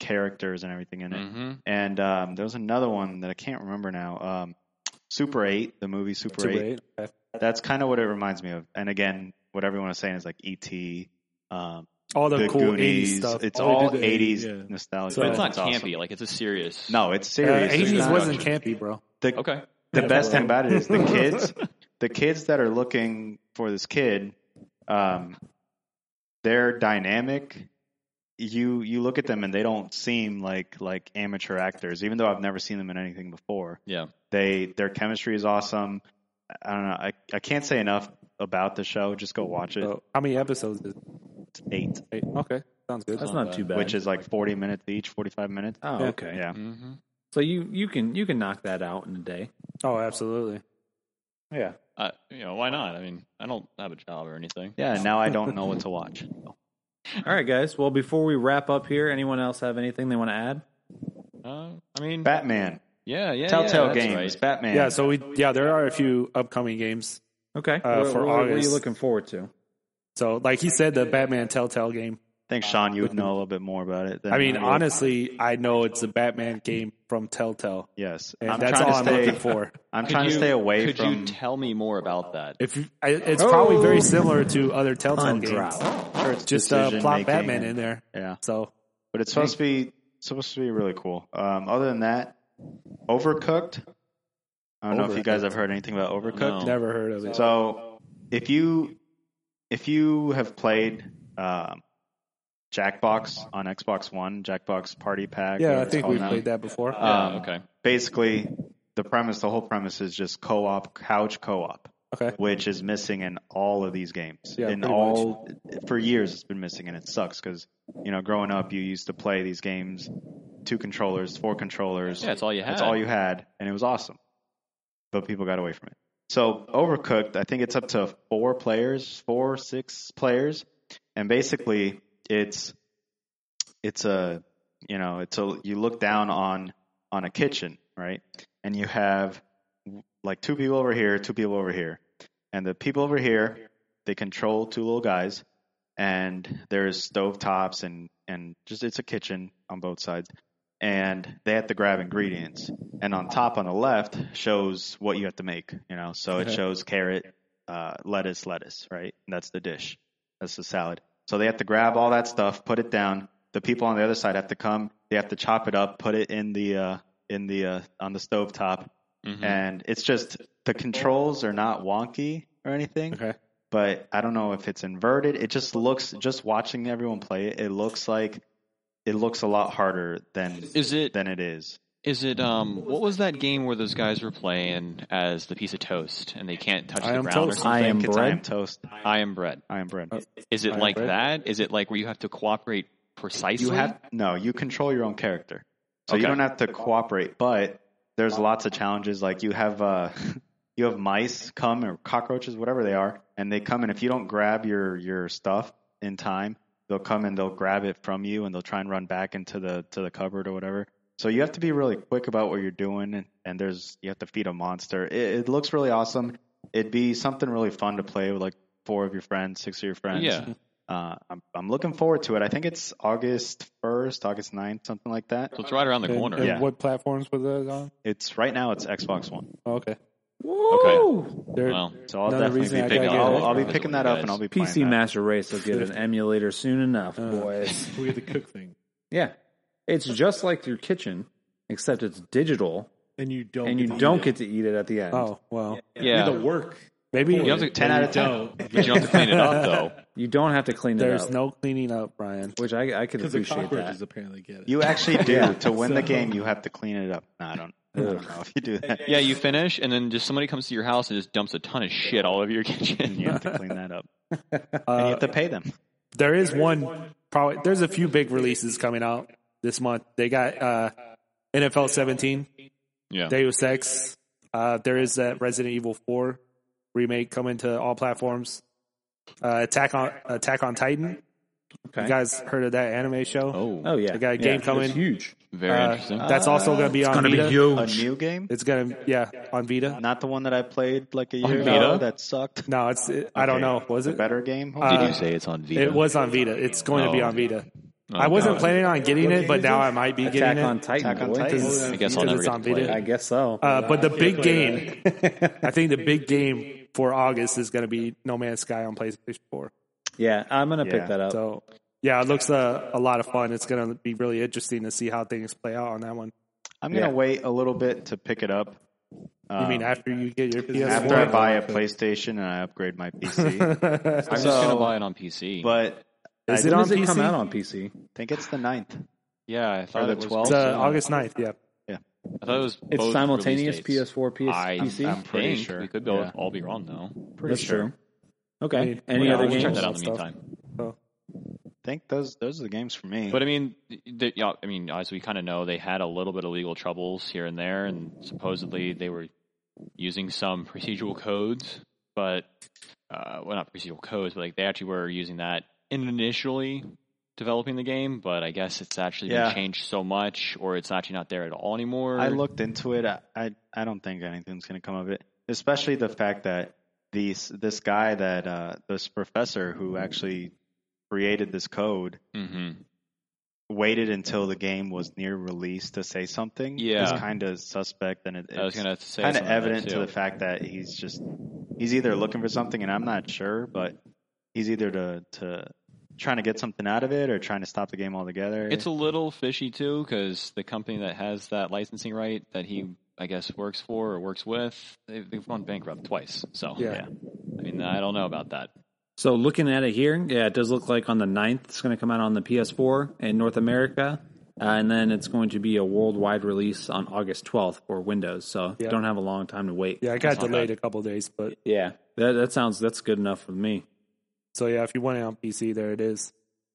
S2: characters and everything in it.
S4: hmm
S2: And um, there was another one that I can't remember now. Um, Super Eight, the movie Super,
S3: Super
S2: 8.
S3: eight. Okay.
S2: That's kind of what it reminds me of. And again, what everyone is saying is like E.T. Um,
S3: All the,
S2: the
S3: cool 80s
S2: Goonies.
S3: stuff.
S2: It's
S5: Oh, they
S2: all
S5: did the
S2: 80s
S5: 80s, yeah.
S2: nostalgia.
S3: So
S4: but it's not
S2: awesome.
S4: campy. Like it's a serious.
S2: No, it's
S3: Uh,
S2: serious. It's
S3: 80s
S2: not-
S3: wasn't campy, bro.
S2: The
S4: Okay.
S2: the
S5: Yeah,
S2: best
S5: bro.
S2: thing about it is the kids the kids that are looking for this kid um they're dynamic you you look at them and they don't seem like like amateur actors even though i've never seen them in anything before
S4: Yeah.
S2: they their chemistry is awesome i don't know i, I can't say enough about the show just go watch it
S3: So, how many episodes is
S2: it's eight
S3: it? Okay, sounds good.
S1: That's
S4: not
S1: not too bad.
S2: Uh, which is like 40 minutes each 45 minutes
S1: oh
S3: Yeah.
S1: okay.
S2: yeah
S4: Mm-hmm.
S1: So you you can you can knock that out in a day.
S3: Oh, absolutely.
S1: Yeah.
S4: Uh, you know, why not? I mean, I don't have a job or anything.
S2: yeah now i don't know what to watch
S1: All right, guys. Well, before we wrap up here, anyone else have anything they want to add?
S4: Uh, I mean,
S2: batman
S4: yeah, yeah.
S2: telltale
S4: yeah, that's
S2: games
S4: right.
S2: batman
S3: Yeah, so we yeah, there are a few upcoming games.
S1: Okay.
S3: Uh,
S1: what,
S3: for
S1: what- what are you
S3: August.
S1: looking forward to?
S3: So, like he said, the Batman Telltale game.
S2: I think Sean, you would know a little bit more about it. Than
S3: I mean,
S2: would.
S3: honestly, I know it's a Batman game from Telltale,
S2: yes.
S3: and
S2: I'm
S3: that's
S2: trying
S3: all
S2: to
S3: I'm
S2: stay.
S3: looking for.
S2: I'm
S4: Could
S2: trying to
S4: you-
S2: stay away
S4: Could
S2: from.
S4: you tell me more about that?
S3: If you, I, it's probably
S1: Oh.
S3: very similar to other Telltale
S1: On
S3: games,
S1: drought.
S3: just uh,
S2: decision
S3: plot
S2: making
S3: Batman
S2: and-
S3: in there.
S2: yeah,
S3: So,
S2: but it's supposed to be supposed to be really cool. Um, other than that, Overcooked. I don't know if you guys have heard anything about Overcooked.
S4: No.
S3: never heard of it.
S2: Oh. So if you if you have played um, Jackbox on Xbox One, Jackbox Party Pack.
S3: yeah,
S2: whatever
S3: I
S2: it's
S3: think
S2: called
S3: we've
S2: now,
S3: played that before.
S4: Yeah,
S2: um,
S4: Uh, okay.
S2: Basically, the premise, the whole premise is just co-op couch co-op.
S3: Okay.
S2: which is missing in all of these games.
S1: Yeah,
S2: in
S1: pretty
S2: all for years, it's been missing, and it sucks because you know, growing up, you used to play these games, two controllers, four controllers.
S4: Yeah, it's all you
S2: That's
S4: had.
S2: all you had, and it was awesome. But people got away from it. So Overcooked, I think it's up to four players, four six players, and basically it's it's a you know it's a you look down on on a kitchen right, and you have like two people over here, two people over here, and the people over here they control two little guys, and there's stove tops and and just it's a kitchen on both sides and they have to grab ingredients and on top on the left shows what you have to make you know so it
S3: Okay.
S2: shows carrot uh, lettuce lettuce right And that's the dish that's the salad so they have to grab all that stuff put it down the people on the other side have to come they have to chop it up put it in the uh, in the uh, on the stove top and it's just the controls are not wonky or anything
S3: Okay.
S2: but I don't know if it's inverted. It just looks just watching everyone play it, it looks like it looks a lot harder than
S4: Is it
S2: than it is.
S4: Is it um? What was that game where those guys were playing as the piece of toast and they can't touch
S3: I
S4: the
S3: Am
S4: ground or
S3: Toast.
S4: something?
S1: I am
S2: It's I
S1: bread?
S2: am toast. Uh,
S4: I am bread.
S2: I am bread.
S4: Is it
S3: I am
S4: like
S3: bread.
S4: that? Is it like where you have to cooperate precisely?
S2: You have no. You control your own character, so you
S4: Okay.
S2: don't have to cooperate. But there's lots of challenges. Like you have uh, you have mice come or cockroaches, whatever they are, and they come and if you don't grab your your stuff in time, they'll come and they'll grab it from you and they'll try and run back into the to the cupboard or whatever. So you have to be really quick about what you're doing, and, and there's you have to feed a monster. It, it looks really awesome. It'd be something really fun to play with like four of your friends, six of your friends.
S4: Yeah.
S2: Uh, I'm, I'm looking forward to it. I think it's August 1st, August 9th, something like that.
S4: So it's right around the
S3: And,
S4: corner.
S3: and
S2: Yeah.
S3: what platforms was that on?
S2: It's right now. It's Xbox One.
S3: Oh, okay.
S1: Woo!
S3: They're,
S4: Well,
S2: So I'll
S3: Another
S2: definitely
S3: reason
S2: be
S3: I
S2: picking.
S3: gotta get it.
S2: I'll, I'll be
S4: Because
S2: picking
S4: of
S2: that
S4: you
S2: up
S4: guys.
S2: and I'll be playing
S1: PC
S2: that.
S1: Master Race will get an emulator soon enough,
S3: Uh.
S1: boys.
S5: We get the cook thing,
S1: Yeah, it's just like your kitchen, except it's digital,
S5: and you don't.
S1: and you
S5: to eat
S1: don't
S5: it.
S1: get to eat it at the end.
S3: oh well.
S4: Yeah.
S5: Do the work.
S3: Maybe
S4: You have to,
S2: Ten out of ten.
S5: Don't
S4: but you don't have to clean it up though.
S1: You don't have to clean it
S3: there's
S1: up,
S3: no cleaning up, Brian.
S1: which I, I could
S5: because the
S1: appreciate
S5: cockroaches
S1: that.
S5: apparently get it.
S2: You actually do
S1: Yeah.
S2: to win the
S5: So-
S2: game. You have to clean it up. No, I don't. I don't know if you do that.
S4: Yeah, you finish, and then just somebody comes to your house and just dumps a ton of shit all over your kitchen.
S2: You have to clean that up. and you
S3: Uh,
S2: have to pay them.
S3: there is one. Probably there's a few big releases coming out this month. They got uh, NFL 17,
S4: Yeah.
S3: Deus Ex. Uh, there is that Resident Evil 4 remake coming to all platforms. Uh, Attack on Attack on Titan. You
S1: Okay.
S3: guys heard of that anime show?
S4: Oh,
S1: Oh yeah,
S3: They got a game
S1: Yeah,
S3: coming.
S1: It's huge.
S4: very
S3: Uh,
S4: interesting.
S3: That's also going to be on Vita.
S2: A
S1: huge.
S2: new game,
S3: It's going to yeah on Vita.
S2: not the one that I played like a year
S4: Vita?
S2: ago. That sucked.
S3: No, it's it, I don't
S2: Okay.
S3: know. Was
S2: The
S3: it?
S2: better game.
S4: Did
S3: Uh,
S4: you say it's on Vita?
S3: It was on Vita. It's going to be
S4: Oh.
S3: on Vita.
S4: Oh,
S3: I wasn't
S4: God.
S3: planning on getting it, but now I might be
S1: Attack
S3: getting
S1: on
S3: it.
S1: Titan.
S2: Attack on
S1: boy.
S2: Titan.
S4: I guess
S3: because
S4: I'll never
S3: it's
S4: get
S3: on
S4: to play
S3: Vita.
S1: I
S4: it.
S1: guess so.
S3: Uh, but the big game, I think the big game for August is going to be No Man's Sky on PlayStation 4.
S1: yeah, I'm gonna
S2: Yeah.
S1: pick that up.
S3: So, yeah, it looks uh, a lot of fun. It's going to be really interesting to see how things play out on that one.
S2: I'm gonna
S1: Yeah.
S2: wait a little bit to pick it up.
S3: You
S2: Um,
S3: mean after you get your PS4?
S2: after I buy a PlayStation and I upgrade my PC?
S4: I'm just
S2: So-
S4: gonna buy it on PC.
S2: but
S3: is
S2: I-
S3: it
S1: When
S3: on
S1: does it
S3: PC?
S1: come out on PC?
S2: think it's the 9th.
S4: yeah, I thought
S2: the
S4: it was
S2: 12th?
S3: It's,
S4: both-
S3: uh, August 9th, yeah.
S4: I thought it was
S1: It's
S4: both
S1: simultaneous
S4: release dates.
S1: PS4, PS,
S4: I
S1: PC.
S2: I'm pretty
S4: think
S2: sure.
S4: we could both
S2: Yeah.
S4: all be wrong though.
S1: That's true. Okay.
S3: I mean,
S1: Any
S3: yeah,
S1: other
S4: we'll
S1: games?
S4: check that out in the
S3: Stuff.
S4: meantime.
S2: think those those are the games for me.
S4: But I mean, the, yeah, I mean, as we kind of know, they had a little bit of legal troubles here and there, and supposedly they were using some procedural codes, but uh, well, not procedural codes, but like they actually were using that initially developing the game. But I guess it's actually
S2: Yeah.
S4: been changed so much, or it's actually not there at all anymore.
S2: I looked into it. I, I I don't think anything's gonna come of it. Especially the fact that these this guy that uh, this professor who actually created this code
S4: hmm
S2: waited until the game was near release to say something.
S4: Yeah.
S2: is kind of suspect, and it,
S4: I was
S2: it's
S4: gonna say
S2: kind of
S4: something like that,
S2: evident to
S4: too.
S2: the fact that he's just he's either looking for something, and I'm not sure, but he's either to to trying to get something out of it or trying to stop the game altogether.
S4: It's a little fishy too, because the company that has that licensing right that he, I guess, works for or works with, they've, they've gone bankrupt twice. So
S3: Yeah.
S4: I mean, I don't know about that.
S1: So looking at it here, yeah, it does look like on the 9th it's going to come out on the PS4 in North America Uh, and then it's going to be a worldwide release on August 12th for Windows. So
S3: Yeah.
S1: don't have a long time to wait.
S3: Yeah, I got
S4: not
S3: delayed a couple days, but
S1: Yeah. That, that sounds, that's good enough for me.
S3: so yeah, if you want it on PC, there it is.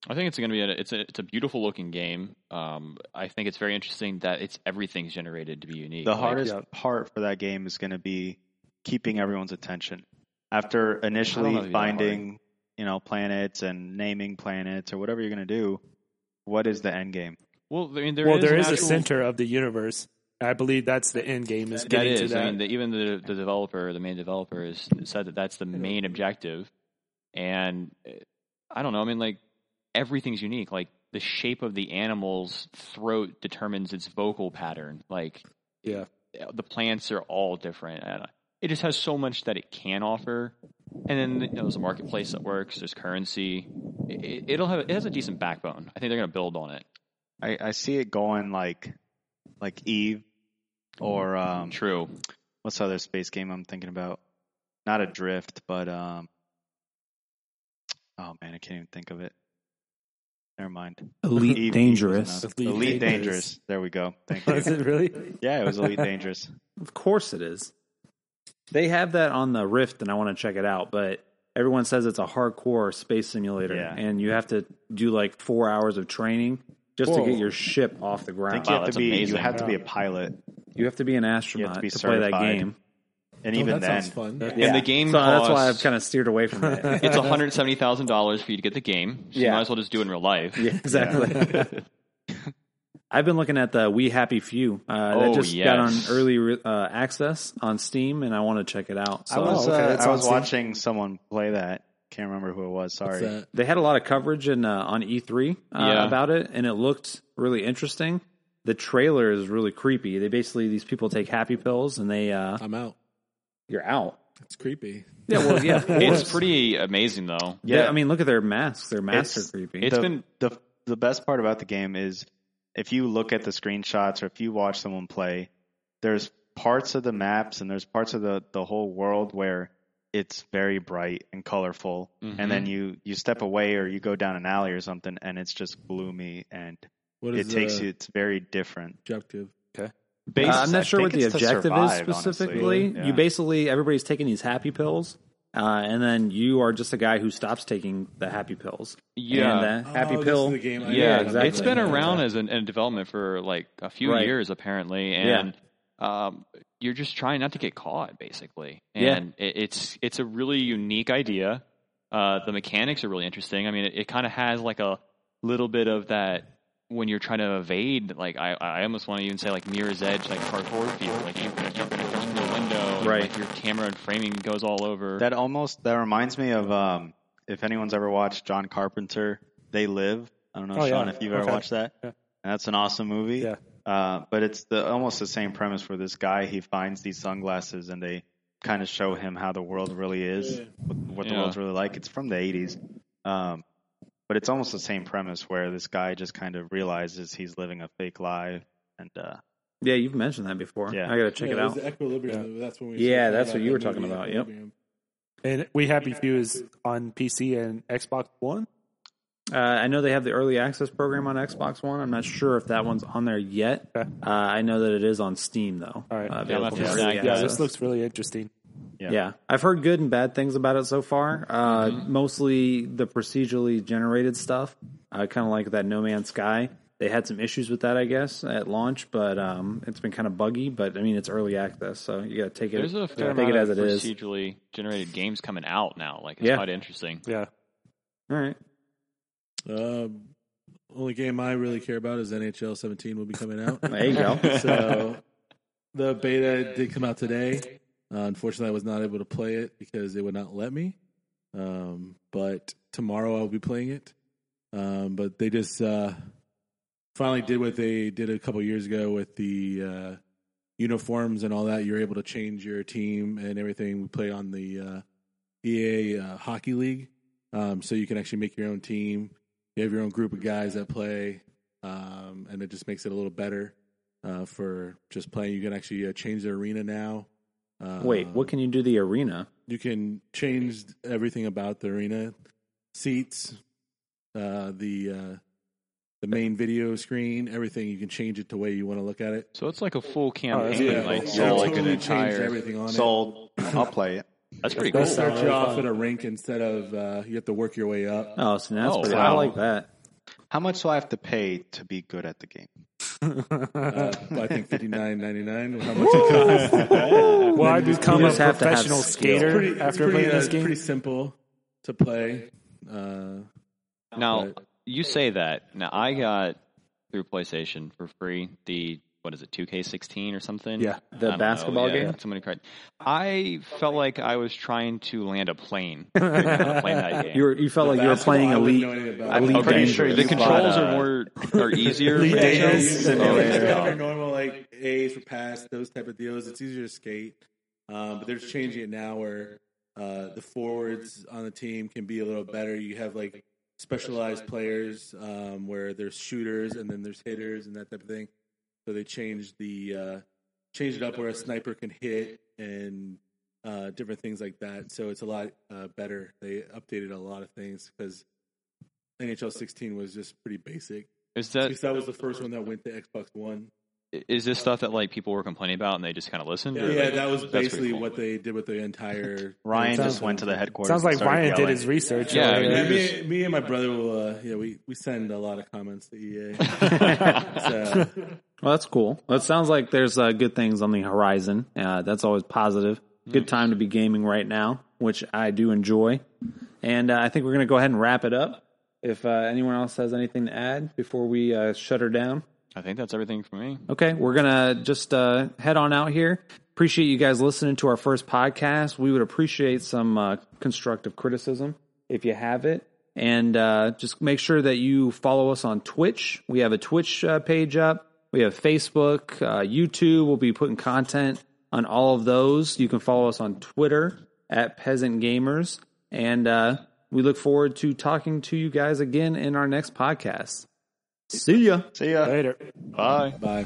S4: I think it's going to be a, it's a it's a beautiful looking game. Um, I think it's very interesting that it's everything's generated to be unique.
S2: The
S4: Like,
S2: hardest
S3: yeah.
S2: part for that game is going to be keeping everyone's attention. After
S4: know if it'd
S2: initially
S4: be that hard.
S2: finding, you know, planets and naming planets or whatever you're going to do, what is the end game?
S4: well, I mean, there is
S3: well, there
S4: an
S3: is
S4: actual-
S3: a center of the universe. I believe that's the end game is
S4: That
S3: getting
S4: is,
S3: to that.
S4: I mean, the, even the the developer, the main developer, has said that that's the main objective. And uh, I don't know. I mean, like everything's unique. Like the shape of the animal's throat determines its vocal pattern. Like
S3: Yeah.
S4: the plants are all different. And it just has so much that it can offer. And then you know, there's a marketplace that works. There's currency. It, it'll have it has a decent backbone. I think they're going to build on it.
S2: I, I see it going like, like Eve, or um,
S4: True.
S2: what's the other space game I'm thinking about? Not Adrift, but um, oh man, I can't even think of it. Never mind.
S1: Elite
S2: Eve- Eve was
S1: Dangerous.
S2: enough.
S3: Elite
S2: Elite,
S3: Dangerous.
S2: dangerous. There we go. Thank
S3: Was
S2: you.
S3: it really?
S2: yeah, it was Elite Dangerous.
S1: Of course it is. They have that on the Rift, and I want to check it out. But everyone says it's a hardcore space simulator,
S2: Yeah.
S1: and you have to do like four hours of training just
S3: Whoa.
S1: to get your ship off the
S2: I
S1: ground.
S2: think
S1: You
S2: you
S1: have,
S2: have
S4: Wow, that's
S2: to be
S4: amazing.
S2: you have to be a pilot,
S1: to be an
S2: you have
S1: astronaut
S2: to
S1: to,
S2: be
S1: play that
S2: certified.
S1: game.
S2: and
S5: Oh,
S2: even
S5: that
S2: then,
S5: sounds fun.
S4: And the game.
S1: So that's why I've
S4: costs-
S1: kind of steered away from that.
S4: it's hundred seventy thousand dollars for you to get the game. So you
S1: Yeah.
S4: might as well just do it in real life.
S1: yeah, exactly. I've been looking at the We Happy Few. Uh,
S4: Oh,
S1: that just got on
S4: yes.
S1: early uh, access on Steam, and I want to check it out. So
S2: I was
S3: okay,
S2: uh,
S3: that's
S2: I was
S3: awesome.
S2: watching someone play that. Can't remember who it was.
S5: What's
S2: Sorry.
S5: that?
S1: they had a lot of coverage in uh, on E3 uh,
S4: Yeah.
S1: about it, and it looked really interesting. The trailer is really creepy. They basically these people take happy pills, and they uh,
S5: I'm out.
S1: you're out.
S5: It's creepy.
S1: Yeah, well, yeah, of course.
S4: It's pretty amazing though.
S1: yeah, I mean, look at their masks. Their masks
S2: It's-
S1: are creepy.
S4: It's
S2: the,
S4: been
S2: the the best part about the game is if you look at the screenshots or if you watch someone play, there's parts of the maps and there's parts of the the whole world where it's very bright and colorful, and then you you step away or you go down an alley or something, and it's just gloomy and
S5: What
S2: it
S5: is
S2: takes
S5: the
S2: you. It's very different.
S5: objective?
S1: Uh, I'm
S2: I
S1: not sure what
S2: think
S1: the
S2: it's to
S1: objective
S2: survive,
S1: is
S2: honestly.
S1: specifically.
S2: Yeah.
S1: You basically everybody's taking these happy pills, uh, and then you are just a guy who stops taking the happy pills.
S4: yeah.
S1: and the happy
S5: Oh, this
S1: pill.
S5: is the game. I
S4: yeah,
S5: know.
S1: exactly.
S4: It's been around as an, in development for like a few
S1: Right.
S4: years apparently,
S1: Yeah.
S4: and um, you're just trying not to get caught basically.
S1: Yeah.
S4: And it, it's it's a really unique idea. Uh, the mechanics are really interesting. I mean, it, it kind of has like a little bit of that when you're trying to evade. Like I, I almost want to even say like Mirror's Edge, like hardcore feel. Like you jump through the window, and,
S1: Right.
S4: like, your camera and framing goes all over.
S2: That almost that reminds me of um, if anyone's ever watched John Carpenter, They Live. I don't know,
S3: Oh, yeah.
S2: Sean, if you've ever
S3: Okay.
S2: watched that.
S3: Yeah.
S2: That's an awesome movie.
S3: Yeah.
S2: Uh, but it's the almost the same premise where this guy he finds these sunglasses and they kind of show him how the world really is,
S5: Yeah.
S2: what, what the
S4: Yeah.
S2: world's really like. It's from the '80s, um, but it's almost the same premise where this guy just kind of realizes he's living a fake life, and uh,
S1: Yeah, you've mentioned that before.
S2: Yeah.
S1: I gotta check
S5: Yeah,
S1: it
S5: was
S1: out.
S5: the Equilibrium. That's when we.
S1: Yeah,
S5: talked
S1: that's what
S5: about
S1: you
S5: that
S1: were talking
S5: movie,
S1: about, yep.
S5: Equilibrium.
S3: And We Happy Few is on PC and Xbox One.
S1: Uh, I know they have the early access program on Xbox One. I'm not sure if that one's on there yet. Uh,
S3: Okay.
S1: I know that it is on Steam though.
S3: All right.
S1: Uh,
S4: Yeah, I'll have
S1: available
S4: to
S1: for
S4: check
S1: early
S4: that
S3: Yeah,
S4: out.
S1: access.
S3: this looks really interesting.
S2: Yeah.
S1: Yeah, I've heard good and bad things about it so far. Uh,
S4: Mm-hmm.
S1: Mostly the procedurally generated stuff. I kind of like that No Man's Sky. They had some issues with that, I guess, at launch, but um, it's been kind of buggy. But I mean, it's early access, so you got to take it.
S4: There's a fair
S1: take it
S4: amount
S1: as
S4: of
S1: it is.
S4: procedurally generated games coming out now. Like it's
S1: Yeah.
S4: quite interesting.
S3: Yeah.
S1: All right.
S5: Um, only game I really care about is NHL 17 will be coming out.
S1: There you go.
S5: so the beta did come out today. Uh, unfortunately, I was not able to play it because it would not let me. Um, but tomorrow I'll be playing it. Um, but they just uh, finally did what they did a couple years ago with the uh, uniforms and all that. You're able to change your team and everything. We play on the uh, EA uh, Hockey League, um, so you can actually make your own team. You have your own group of guys that play, um, and it just makes it a little better uh, for just playing. You can actually uh, change the arena now. Uh,
S1: Wait, what can you do the arena?
S5: you can change everything about the arena, seats, uh, the uh, the main video screen, everything. You can change it to way you want to look at it.
S4: So it's like a full
S3: that's
S4: campaign. like,
S3: pretty
S5: They
S2: cool.
S4: so
S2: Yeah,
S4: like an
S5: totally changed
S4: entire.
S5: everything on it.
S2: Sold. I'll play it.
S4: That's pretty
S5: They
S4: cool.
S3: That's
S5: start you
S3: Uh,
S5: off at a rank instead of uh, you have to work your way up.
S1: Oh, so that's
S4: Oh,
S1: pretty, I
S4: wow.
S1: like that.
S2: How much do I have to pay to be good at the game?
S5: Uh, I think fifty nine ninety nine. How much it costs?
S3: Will I become a
S1: just have to have
S3: professional
S1: skill.
S3: skater
S5: pretty, it's
S3: after
S5: pretty,
S3: playing
S5: uh,
S3: this game?
S5: pretty simple to play. Uh,
S4: Now,
S5: Right.
S4: you say that. Now, I got through PlayStation for free the, what is it, 2K16 or something?
S3: Yeah.
S4: I
S1: The
S4: don't know,
S1: basketball
S4: yeah,
S1: game?
S4: Somebody cried. I felt like I was trying to land a plane. playing that game.
S1: You were, you felt like you were
S5: basketball,
S1: playing
S5: I wouldn't
S1: elite.
S5: know anything about.
S1: I'm
S5: Elite
S1: Elite
S4: okay,
S1: Dangerous.
S4: the
S1: You
S4: controls
S1: bought, uh,
S4: are more are easier.
S3: Elite
S4: for each other.
S3: Dangerous.
S5: Yeah,
S4: Oh,
S5: it's
S4: yeah.
S5: got your normal like A's for pass, those type of deals. It's easier to skate, um, but they're changing it now where uh, the forwards on the team can be a little better. You have like specialized players um, where there's shooters and then there's hitters and that type of thing. So they changed the uh, changed it up where a sniper can hit and uh, different things like that. So it's a lot uh, better. They updated a lot of things because NHL 16 was just pretty basic.
S4: Is
S5: At
S4: that
S5: least that was the first one that went to Xbox One.
S4: is this stuff that like people were complaining about and they just kind of listened?
S5: Yeah,
S4: or, like,
S5: that was
S4: that's pretty
S5: basically
S4: cool.
S5: what they did with the entire.
S2: Ryan
S3: Sounds-
S2: just went to the headquarters.
S3: Sounds
S2: and
S3: like
S2: started
S3: Ryan did
S2: yelling.
S3: his research.
S4: Yeah,
S3: over
S4: I mean,
S5: Yeah,
S3: there.
S5: me, me and my brother will. Uh, yeah, we, we send a lot of comments to E EA. so,
S1: Well, that's cool. Well, it sounds like there's uh, good things on the horizon. Uh, that's always positive. Good time to be gaming right now, which I do enjoy. And uh, I think we're going to go ahead and wrap it up. If uh, anyone else has anything to add before we uh, shut her down,
S4: I think that's everything for me.
S1: Okay, we're gonna just uh, head on out here. Appreciate you guys listening to our first podcast. We would appreciate some uh, constructive criticism if you have it, and uh, just make sure that you follow us on Twitch. We have a Twitch uh, page up. We have Facebook, uh, YouTube. We'll be putting content on all of those. You can follow us on Twitter at Peasant Gamers, and uh, we look forward to talking to you guys again in our next podcast. See ya.
S2: See ya.
S3: Later.
S4: Bye.
S5: bye.